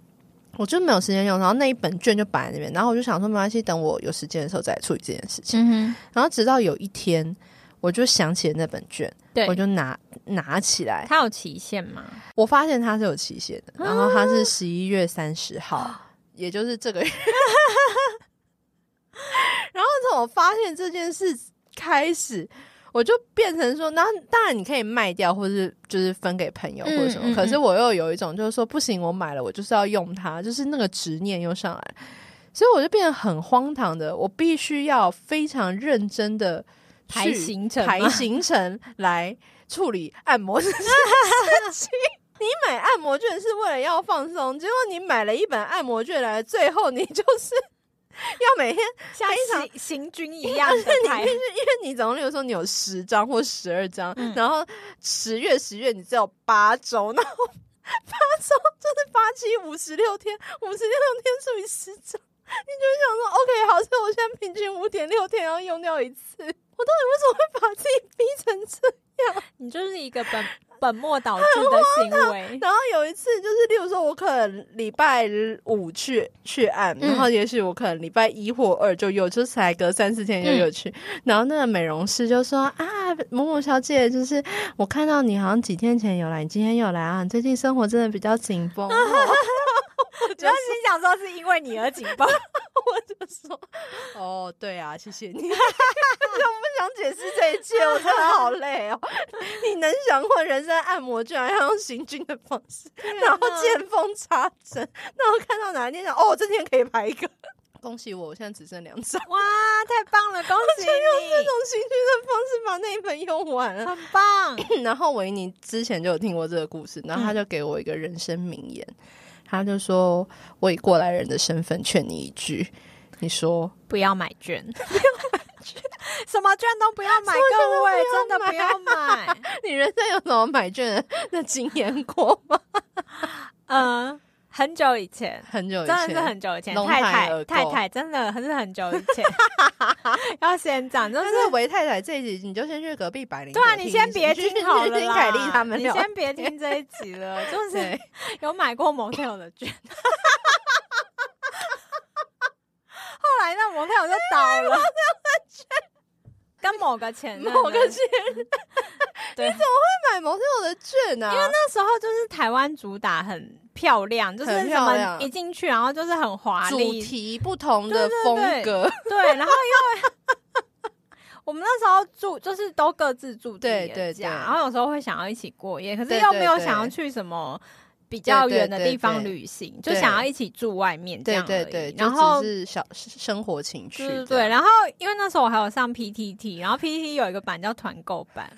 S3: 我就没有时间用，然后那一本卷就摆在那边，然后我就想说没关系，等我有时间的时候再处理这件事情。
S2: 嗯
S3: 然后直到有一天，我就想起了那本卷，
S2: 哼，对
S3: 我，就拿拿起来，
S2: 它有期限吗？
S3: 我发现它是有期限的，然后它是
S2: 啊
S3: 十一月三十号，也就是这个月。 然后从我发现这件事开始，我就变成说，那当然你可以卖掉，或是就是分给朋友或
S2: 嗯
S3: 者什么。
S2: 嗯
S3: 可是我又有一种就是说，不行，我买了，我就是要用它，就是那个执念又上来，所以我就变得很荒唐的，我必须要非常认真的
S2: 排行程吗
S3: 排行程来处理按摩这件事情。你买按摩券是为了要放松，结果你买了一本按摩券来，最后你就是 要每天，
S2: 像
S3: 非常
S2: 行行军一样
S3: 但是
S2: 的
S3: 你
S2: 排
S3: 必须，因为你总共，例如说你有十张或十二张，
S2: 嗯
S3: 然后十月十月你只有八周，然后八周就是八七五十六天，五十六天除以十张，你就会想说 OK 好，所以我现在平均五点六天要用掉一次，我到底为什么会把自己逼成这样
S2: 你就是一个本本末倒置的行为。
S3: 然后有一次就是，例如说，我可能礼拜五去去按，
S2: 嗯
S3: 然后也许我可能礼拜一或二就有，就是才隔三四天就有
S2: 嗯
S3: 去。然后那个美容师就说啊，某某小姐，就是我看到你好像几天前有来，你今天有来啊，你最近生活真的比较紧 绷哦。
S2: 主要是想说是因为你而紧 绷，
S3: 我就 说哦，对啊，谢谢你。我不想解释这一切，我真的好累 哦。你能想混人生按摩，居然要用行军的方式，然后见缝插针，然后看到哪一天想，哦，这天可以排一个。恭喜我，我现在只剩两张。
S2: 哇，太棒了，恭
S3: 这
S2: 喜你，
S3: 种行军的方式把那一本用完了。
S2: 很棒。
S3: 然后维尼之前就有听过这个故事，然后他就给我一个人生名言，他就说：“我以过来人的身份劝你一句，你说
S2: 不要买券，什么券都不要买，各位真的不要买。
S3: 你人生有什么买券的经验过吗？
S2: 嗯，很久以前，
S3: 很久以
S2: 真
S3: 前，
S2: 的是很久以前，
S3: 龙
S2: 太
S3: 海而
S2: 太
S3: 购
S2: 太太真的是很久以 前，要先讲，就
S3: 但
S2: 是
S3: 是维太太这一集，你就先去隔壁百灵果
S2: 对啊，
S3: 听
S2: 你
S3: 一
S2: 先
S3: 集
S2: 别
S3: 去
S2: 听好了
S3: 听
S2: 啦，
S3: 凯莉他们
S2: 你
S3: 聊。
S2: 先别听这一集了，就是
S3: 对，
S2: 有买过 motel 的券， 后来那 motel 就倒了，跟某个前任啊，
S3: 某个券
S2: 对，
S3: 买模特的券啊，因为
S2: 那时候就是台湾主打很漂亮，就是
S3: 很
S2: 什
S3: 漂
S2: 么
S3: 亮
S2: 一进去然后就是很华
S3: 主
S2: 丽，
S3: 题不同的风格，
S2: 对，然后因为我们那时候住就是都各自住自己
S3: 对
S2: 的
S3: 对
S2: 家，
S3: 对
S2: 然后有时候会想要一起过夜，可是
S3: 对
S2: 又
S3: 对
S2: 没有
S3: 对
S2: 想要去什么比较远的
S3: 对对
S2: 地方
S3: 对
S2: 旅行，就
S3: 对
S2: 想要一起住外面这
S3: 对
S2: 样而已。
S3: 对对，就
S2: 然后
S3: 只是小生活情趣
S2: 对对
S3: 这
S2: 对，
S3: 样，
S2: 然后因为那时候我还有上 PTT，然后 PTT 有一个版叫团购 版，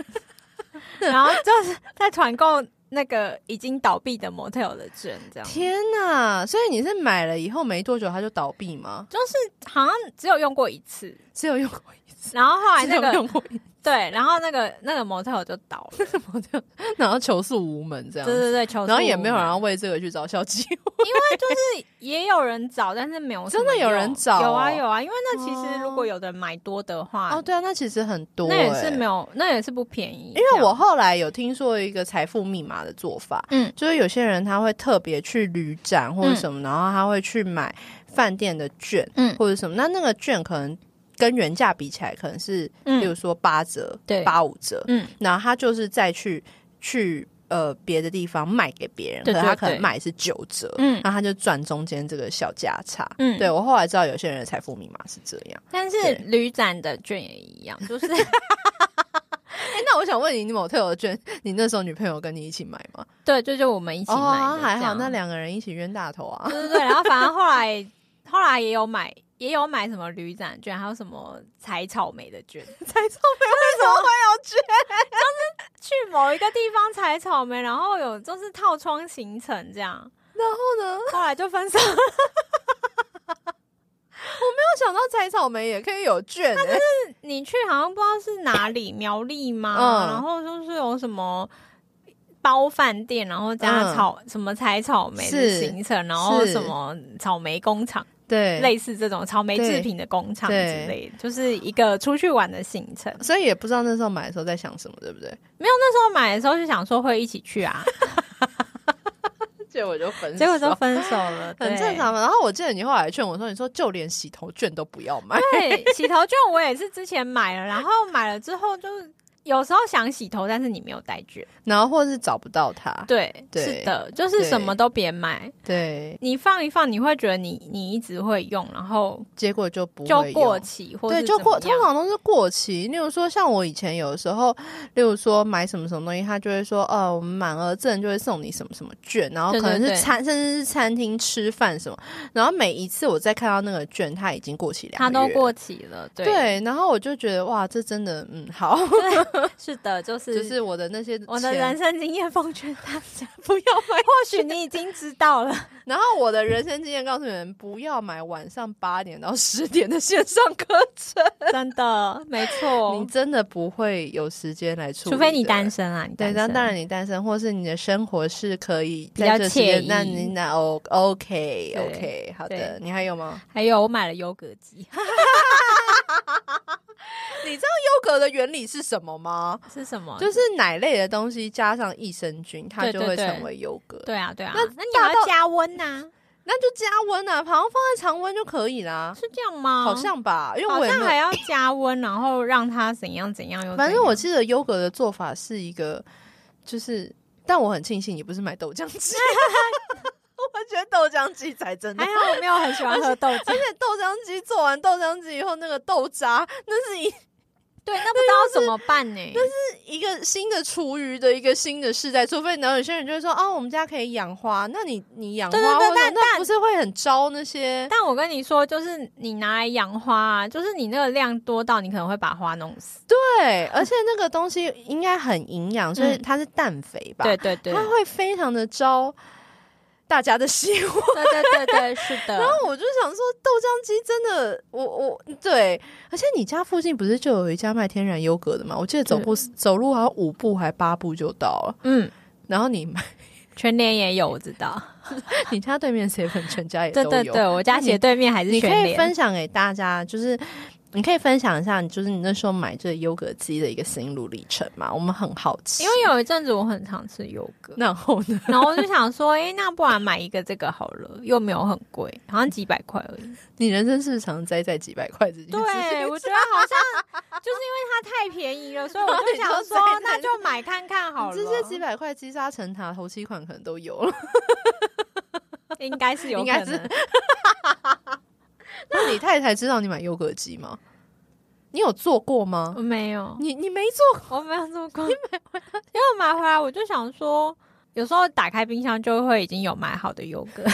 S2: 然后就是在团购那个已经倒闭的 motel 的券，这样
S3: 天哪！所以你是买了以后没多久它就倒闭吗？
S2: 就是好像只有用过一次，
S3: 只有用过一次，
S2: 然后后来
S3: 只
S2: 那
S3: 有
S2: 个
S3: 用过一次，
S2: 对，然后那个那个 motel 就倒了，
S3: 模特，然后求诉无门这样
S2: 对
S3: 子，
S2: 对对，求
S3: 然后也没有人
S2: 人，
S3: 要为这个去找小机会。
S2: 因为就是也有人找，但是没有什么
S3: 真的有人
S2: 用
S3: 找
S2: 有啊
S3: 哦
S2: 有啊，因为那其实如果
S3: 哦
S2: 有的人买多的话，
S3: 哦，对啊，那其实很多、欸
S2: 那也是没
S3: 有。
S2: 有，那也是不便宜这
S3: 因
S2: 样，
S3: 为我后来有听说一个财富密码的做法，
S2: 嗯
S3: 就是有些人他会特别去旅嗯展或者什么，然后他会去买饭店的券，
S2: 嗯
S3: 或者什么，那那个券可能。跟原价比起来，可能是
S2: 嗯
S3: 比如说八折、
S2: 对
S3: 八五折，
S2: 嗯，
S3: 然后他就是再去去呃别的地方卖给别人，
S2: 对
S3: 可是他
S2: 对
S3: 可能
S2: 对
S3: 卖是九折，
S2: 嗯
S3: 然后他就赚中间这个小价差。
S2: 嗯
S3: 对我后来知道有些人的财富密码是这样。
S2: 但是
S3: 对
S2: 旅展的券也一样，就 是
S3: 哎、那我想问你，你某特有券，你那时候女朋友跟你一起买吗？
S2: 对，就就我们一起买的
S3: 哦还
S2: 这
S3: 好，
S2: 样
S3: 那两个人一起冤大头啊。
S2: 对对对，然后反正后来 后来也有买，也有买什么旅展券，还有什么采草莓 的券，
S3: 才臭美，为什么会有 券？
S2: 去某一个地方采草莓，然后有就是套窗行程这样，
S3: 然后呢，
S2: 后来就分手。
S3: 没有想到采草莓也可以有券、欸，
S2: 你去好像不知道是哪里，苗栗吗？
S3: 嗯
S2: 然后就是有什么。包饭店，然后加
S3: 嗯
S2: 草、什么采草莓的
S3: 是
S2: 行程，然后
S3: 是
S2: 什么草莓工厂，
S3: 对
S2: 类似这种草莓制
S3: 对
S2: 品的工厂之
S3: 对嗯
S2: 类的，就是一个出去玩的行程。
S3: 所以也不知道那时候买的时候在想什么，对不 对？
S2: 那时候买的时候就想说会一起去 啊，
S3: 结果就分
S2: 结果就分手了，
S3: 很
S2: 对
S3: 正。常嘛。然后我记得你后来劝我说，你说就连洗头券都不要买，
S2: 对，洗头券我也是之前买了，然后买了之后就是有时候想洗头，但是你没有带券。
S3: 然后或是找不到它。
S2: 对，
S3: 对
S2: 是的，就是什么都别买，
S3: 对，
S2: 你放一放，你会觉得你你一直会用，然后
S3: 结果就不
S2: 就
S3: 会
S2: 过
S3: 用
S2: 期或
S3: 对，
S2: 是
S3: 就
S2: 怎
S3: 过
S2: 么
S3: 通
S2: 样
S3: 常都是过期。例如说，像我以前有时候，例如说买什么什么东西，他就会说，呃，我们满额赠就会送你什么什么券，然后
S2: 对
S3: 可能
S2: 对
S3: 是
S2: 对
S3: 餐，甚至是餐厅吃饭什么。然后每一次我再看到那个券，它已经过期两
S2: 它
S3: 个
S2: 都
S3: 月
S2: 过期了。对，
S3: 对，然后我就觉得哇，这真的嗯好，
S2: 是的，就是
S3: 就是我的那些
S2: 我的
S3: 钱
S2: 人生经验奉劝大家不要买，或许你已经知道 了。
S3: 然后我的人生经验告诉你们，不要买晚上八点到十点的线上课程，
S2: 真的，没
S3: 你
S2: 错，
S3: 真的不会有时间来处理。
S2: 哦除非你单
S3: 单。
S2: 身啊，你
S3: 对，
S2: 单
S3: 当
S2: 身
S3: 当然你单身，或是你的生活是可以
S2: 比较
S3: 在这时间
S2: 惬意
S3: 那你那 O OK
S2: 对
S3: OK，好的
S2: 对，
S3: 你还有吗？
S2: 还有我买了优格机，
S3: 优格的原理是什么吗？
S2: 是什么？
S3: 就是奶类的东西加上益生菌，它
S2: 对
S3: 就
S2: 对
S3: 会
S2: 对
S3: 成为优格。
S2: 对啊，对啊。
S3: 那
S2: 那
S3: 大
S2: 你
S3: 到
S2: 要加温啊呐、
S3: 那就加温啊，好像放在常温就可以啦，
S2: 是这样吗？
S3: 好像吧？因为
S2: 啊好
S3: 我也
S2: 像
S3: 没有
S2: 还啊要加温，然后让它怎样怎样又
S3: 反正我
S2: 怎
S3: 记得优格的做法是一个，就是，但我很庆幸你不是买豆浆 机，我觉得豆浆机才真的
S2: 样。还好我没有很喜欢喝豆
S3: 而
S2: 浆，
S3: 且豆浆机做完豆浆机以后，那个豆渣，那是一
S2: 对，那不知道怎么办呢、
S3: 一个新的厨余的一个新的世代。除非然后有些人就会说，哦，我们家可以养花，那你你养花
S2: 对对
S3: 或
S2: 对
S3: 者，
S2: 但
S3: 那不是会很招那些？
S2: 但我跟你说，就是你拿来养花、啊，就是你那个量多到你可能会把花弄死。
S3: 对，而且那个东西应该很营养，所以
S2: 嗯
S3: 它是氮肥吧？
S2: 对，对对，
S3: 它
S2: 对
S3: 会非常的招大家的喜欢。
S2: 对对对，是的。
S3: 然后我就想说，豆浆机真的，我我对，而且你家附近不是就有一家卖天然优格的吗？我记得走步走路好像五步还八步就到了。
S2: 嗯，
S3: 然后你 买，
S2: 全年也有，我知道。
S3: 你家对面 seven 全家也都
S2: 对
S3: 有。
S2: 对对，我家
S3: 那你
S2: 斜对面还是
S3: 你可
S2: 全
S3: 以
S2: 联。
S3: 分享给大家，就是你可以分享一下，就是你那时候买这优格机的一个心路历程嘛。我们很好奇，
S2: 因为有一阵子我很常吃优格，
S3: 然后呢，
S2: 然后我就想说，哎、那不然买一个这个好了，又没有很贵，好像几百块而已。
S3: 你人生是不是常栽在几百块这件事情？
S2: 对，我觉得好像就是因为它太便宜了，所以我就想 说，那就买看看好了。
S3: 这些几百块积沙成塔，头期款可能都有了。
S2: 应该是有
S3: 应
S2: 可
S3: 该
S2: 能，
S3: 是那你太太知道你买优格机吗？你有做过吗
S2: 我？没有，
S3: 你你没做
S2: 我 没有这么贵。因为我买回来，我就想说，有时候打开冰箱就会已经有买好的优格，
S3: 过，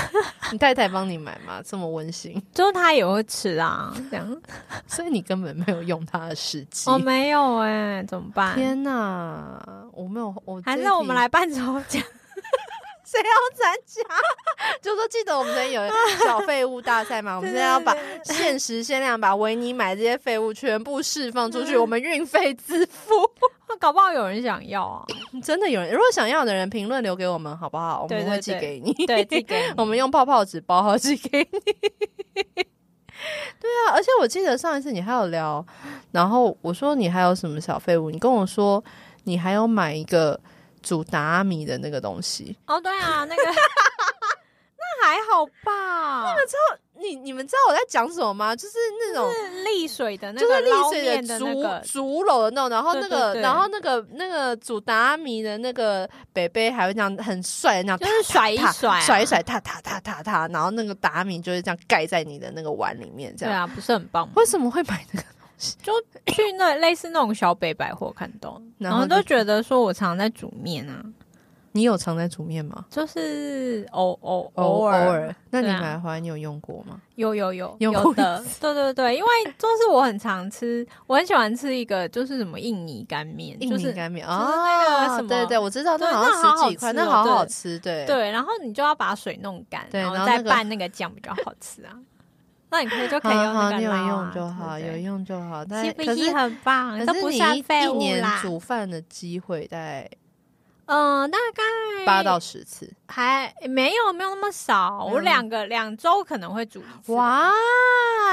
S3: 你太太帮你买吗？这么温馨，
S2: 就是他也会吃啊，这样。
S3: 所以你根本没有用她的时机。
S2: 我、哦没有哎、怎么办？
S3: 天哪，我没有，我
S2: 还
S3: 这
S2: 是
S3: 一
S2: 我们
S3: 题
S2: 来办抽奖。
S3: 谁要参加？就说记得我们之前有小废物大赛 嘛，我们现在要把限时限量把维尼买这些废物全部释放出去，我们运费自付。
S2: 搞不好有人想要 啊！
S3: 真的有人，如果想要的人评论留给我们好不好？我
S2: 对
S3: 们
S2: 对
S3: 会寄
S2: 对
S3: 给你。
S2: 对，寄给你
S3: 我们用泡泡纸包好寄给你。 对啊，而且我记得上一次你还有聊，然后我说你还有什么小废物，你跟我说你还有买一个煮达米的那个东西，
S2: 哦，对啊，那个那还好吧？
S3: 你你你们知道我在讲什么吗？就是那种
S2: 沥水的那
S3: 就是
S2: 个
S3: 丽
S2: 捞
S3: 水
S2: 面
S3: 的
S2: 的
S3: 竹
S2: 那个，
S3: 竹篓的那种，然后那个
S2: 对对对
S3: 然后那个那个煮达米的那个北北还会这样很帅的那样，
S2: 就是
S3: 啪
S2: 甩一
S3: 啪
S2: 甩啊
S3: 甩一甩，踏踏踏踏踏，然后那个达米就是这样盖在你的那个碗里面，这
S2: 对
S3: 样。
S2: 啊，不是很棒吗？
S3: 为什么会买那个？
S2: 就去那类似那种小北百货看到，
S3: 然
S2: 然
S3: 后
S2: 后就
S3: 就
S2: 觉得说我常在煮面啊，
S3: 你有常在煮面吗？
S2: 就是偶偶
S3: 偶
S2: 尔
S3: 尔。那你
S2: 对啊
S3: 买回来你有用过吗？
S2: 有有有
S3: 有过
S2: 有
S3: 一
S2: 的，对对对，因为就是我很常吃，我很喜欢吃一个就是什么印尼干面，
S3: 印
S2: 就
S3: 尼
S2: 是
S3: 干面
S2: 就是那
S3: 哦
S2: 个什么
S3: 对对，我知道，
S2: 对
S3: 那好
S2: 那好
S3: 像
S2: 好
S3: 十几块，
S2: 吃
S3: 那
S2: 哦
S3: 好
S2: 对
S3: 好吃，对
S2: 对，然后你就要把水弄干，
S3: 对然
S2: 后
S3: 后
S2: 再
S3: 那个
S2: 拌那个酱比较好吃啊。那你可以就可以
S3: 好
S2: 用
S3: 好，
S2: 那个
S3: 你有
S2: 捞啊
S3: 用就好，
S2: 对不
S3: 有
S2: 对
S3: 用就好。但
S2: CP
S3: 可是
S2: 很棒，
S3: 可
S2: 这
S3: 是
S2: 不
S3: 你
S2: 算
S3: 一
S2: 废
S3: 一
S2: 物
S3: 年
S2: 啦。
S3: 煮饭的机会大概
S2: 嗯，大概
S3: 八到十次。
S2: 还没有没有那么少，
S3: 没有
S2: 我两个两周可能会煮一次。
S3: 嗯哇，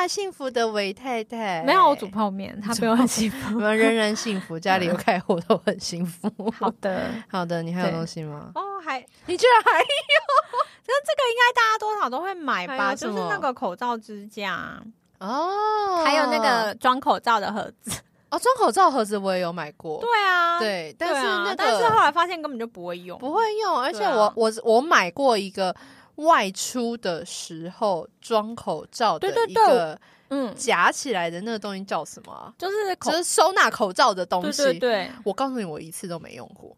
S3: 幸福的韦太太，
S2: 没有我煮泡 面，他没有很幸
S3: 我
S2: 福。
S3: 们人人幸福，家里有开火都很幸福。
S2: 好的，
S3: 嗯 好的，你还有
S2: 对
S3: 东西吗？
S2: 哦，还
S3: 你居然还
S2: 那这个应该大家多少都会买
S3: 还
S2: 吧？
S3: 有什
S2: 就
S3: 么
S2: 是那个口罩支架，啊
S3: 哦，
S2: 还有那个装口罩的盒子。
S3: 哦，装口罩盒子我也有买过，
S2: 对啊，
S3: 对，
S2: 对
S3: 但是
S2: 啊
S3: 那
S2: 但是
S3: 个
S2: 后来发现根本就不会用，
S3: 不会用，而且
S2: 对啊
S3: 我我我买过一个外出的时候装口罩的
S2: 对对
S3: 一
S2: 对
S3: 个
S2: 嗯，
S3: 夹起来的那个东西叫什么啊？
S2: 就是口
S3: 就是收纳口罩的东
S2: 对
S3: 西。
S2: 对对，
S3: 我告诉你，我一次都没用过。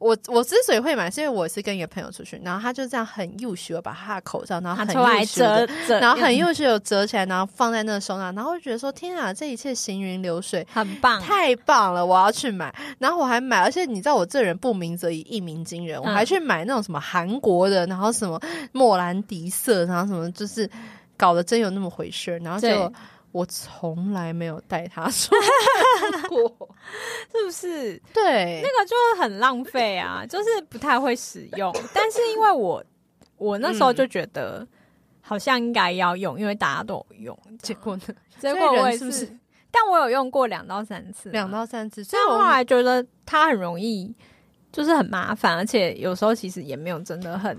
S3: 我我之所以会买，是因为我是跟一个朋友出去，然后他就这样很幼学把他的口罩，然后
S2: 拿
S3: 很
S2: 出来嗯
S3: 幼学
S2: 折
S3: 的，
S2: 折，
S3: 然后很幼学有折起来，然后放在那个收纳，然后我就觉得说天啊，这一切行云流水。
S2: 很棒，
S3: 太棒了！我要去买，然后我还买，而且你知道我这人不鸣则已，一鸣惊人，我
S2: 嗯
S3: 还去买那种什么韩国的，然后什么莫兰迪色，然后什么，就是搞得真有那么回事儿。然后就
S2: 对
S3: 我从来没有带它出门过，
S2: 是不是？
S3: 对，
S2: 那个就很浪费啊，就是不太会使用。但是因为我我那时候
S3: 嗯
S2: 就觉得好像应该要用，因为大家都有用，
S3: 结果呢？所
S2: 结
S3: 以
S2: 果我
S3: 人
S2: 也
S3: 是不是？
S2: 但我有用过两到三次啊，
S3: 两到三次，所
S2: 所
S3: 以
S2: 以
S3: 我
S2: 后来觉得它很容易，就是很麻烦，而且有时候其实也没有真的很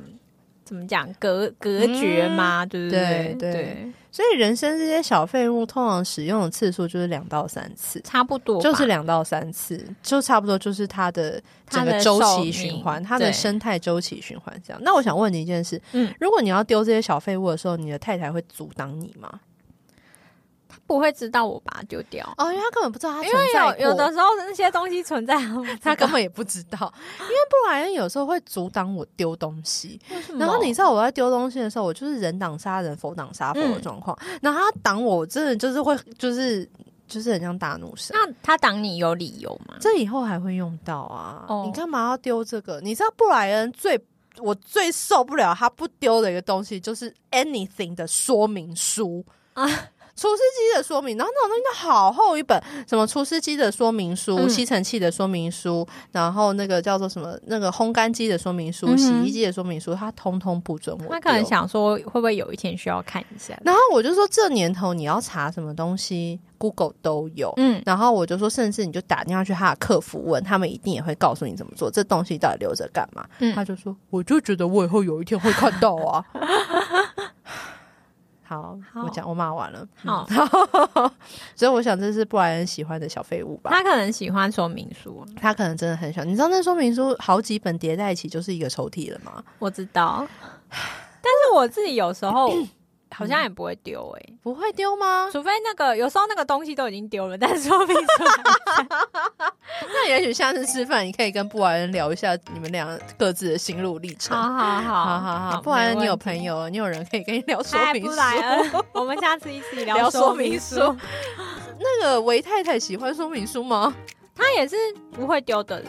S2: 怎么讲隔隔绝嘛，对不
S3: 嗯对
S2: 对
S3: 对所以人生这些小废物，通常使用的次数就是两到三次，
S2: 差不多吧
S3: 就是两到三次，就差不多就是它的整个周期循环，它
S2: 它的寿
S3: 的
S2: 命对
S3: 生态周期循环这样。那我想问你一件事，
S2: 嗯
S3: 如果你要丢这些小废物的时候，你的太太会阻挡你吗？
S2: 不会知道我把它丢掉，啊
S3: 哦，因为她根本不知道它
S2: 因
S3: 存在
S2: 为
S3: 过
S2: 有有的时候那些东西存在，
S3: 她根本也不知道， 因为布莱恩有时候会阻挡我丢东西，然后你知道我在丢东西的时候，我就是人挡杀人，佛挡杀佛的
S2: 嗯
S3: 状况。然后他挡我，我真的就是会，就是就是很像大怒神。
S2: 那他挡你有理由吗？
S3: 这以后还会用到啊！
S2: 哦
S3: 你干嘛要丢这个？你知道布莱恩最我最受不了他不丢的一个东西，就是 anything 的说明书啊
S2: 啊。
S3: 除湿机的说明，然后那种东西都好厚一本，什么除湿机的说明书、
S2: 嗯
S3: 吸尘器的说明书，然后那个叫做什么那个烘干机的说明书、
S2: 嗯哼
S3: 洗衣机的说明书，他通通不准我丢。
S2: 他可能想说，会不会有一天需要看一下？
S3: 然后我就说，这年头你要查什么东西，Google 都有。
S2: 嗯，
S3: 然后我就说，甚至你就打电话去他的客服问，他们一定也会告诉你怎么做。这东西到底留着干嘛？
S2: 嗯
S3: 他就说，我就觉得我以后有一天会看到啊。 好，
S2: 好
S3: 我讲我骂完了。
S2: 好，
S3: 所以我想这是布莱恩喜欢的小废物吧。嗯
S2: 他可能喜欢说明书，
S3: 他可能真的很喜欢。你知道那说明书好几本叠在一起就是一个抽屉了吗？
S2: 我知 道，但是我自己有 时候好像也不会丢哎、
S3: 不会丢吗？
S2: 除非那个有时候那个东西都已经丢了，但是说明书
S3: 那也许下次吃饭你可以跟布莱恩聊一下你们俩各自的心路历程。
S2: 好好好
S3: 好好好，不然你有
S2: 友
S3: 朋友，你有人可以跟你聊说
S2: 哎，
S3: 明
S2: 不
S3: 书。
S2: 来了，我们下次一起
S3: 聊说
S2: 说
S3: 明
S2: 书
S3: 书。那个韦太太喜欢说明书吗？
S2: 他也是不会 丢的人，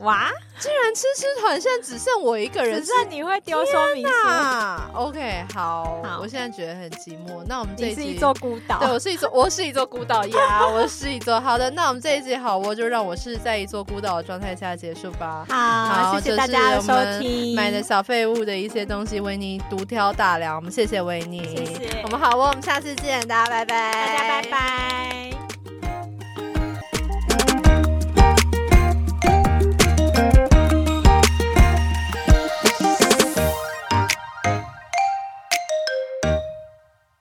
S2: 哇，
S3: 竟然吃吃团现在只剩我一个人
S2: 只
S3: 吃
S2: 是你会丢说明书，
S3: 啊！OK，好，
S2: 好
S3: 我现在觉得很寂寞。那我们这
S2: 你
S3: 一
S2: 是一
S3: 集。
S2: 座孤岛
S3: 对，。我是一座， 我是 一座孤岛呀， 我是一座。好的，那我们这一集好窝就让我是在一座孤岛的状态下结束吧。
S2: 好，谢谢大家的
S3: 这是我们
S2: 收听，
S3: 买的小废物的一些东西，维尼独挑大梁。我们谢谢维尼，
S2: 谢谢
S3: 我们好窝，我们下次见，大家拜拜，
S2: 大家拜拜。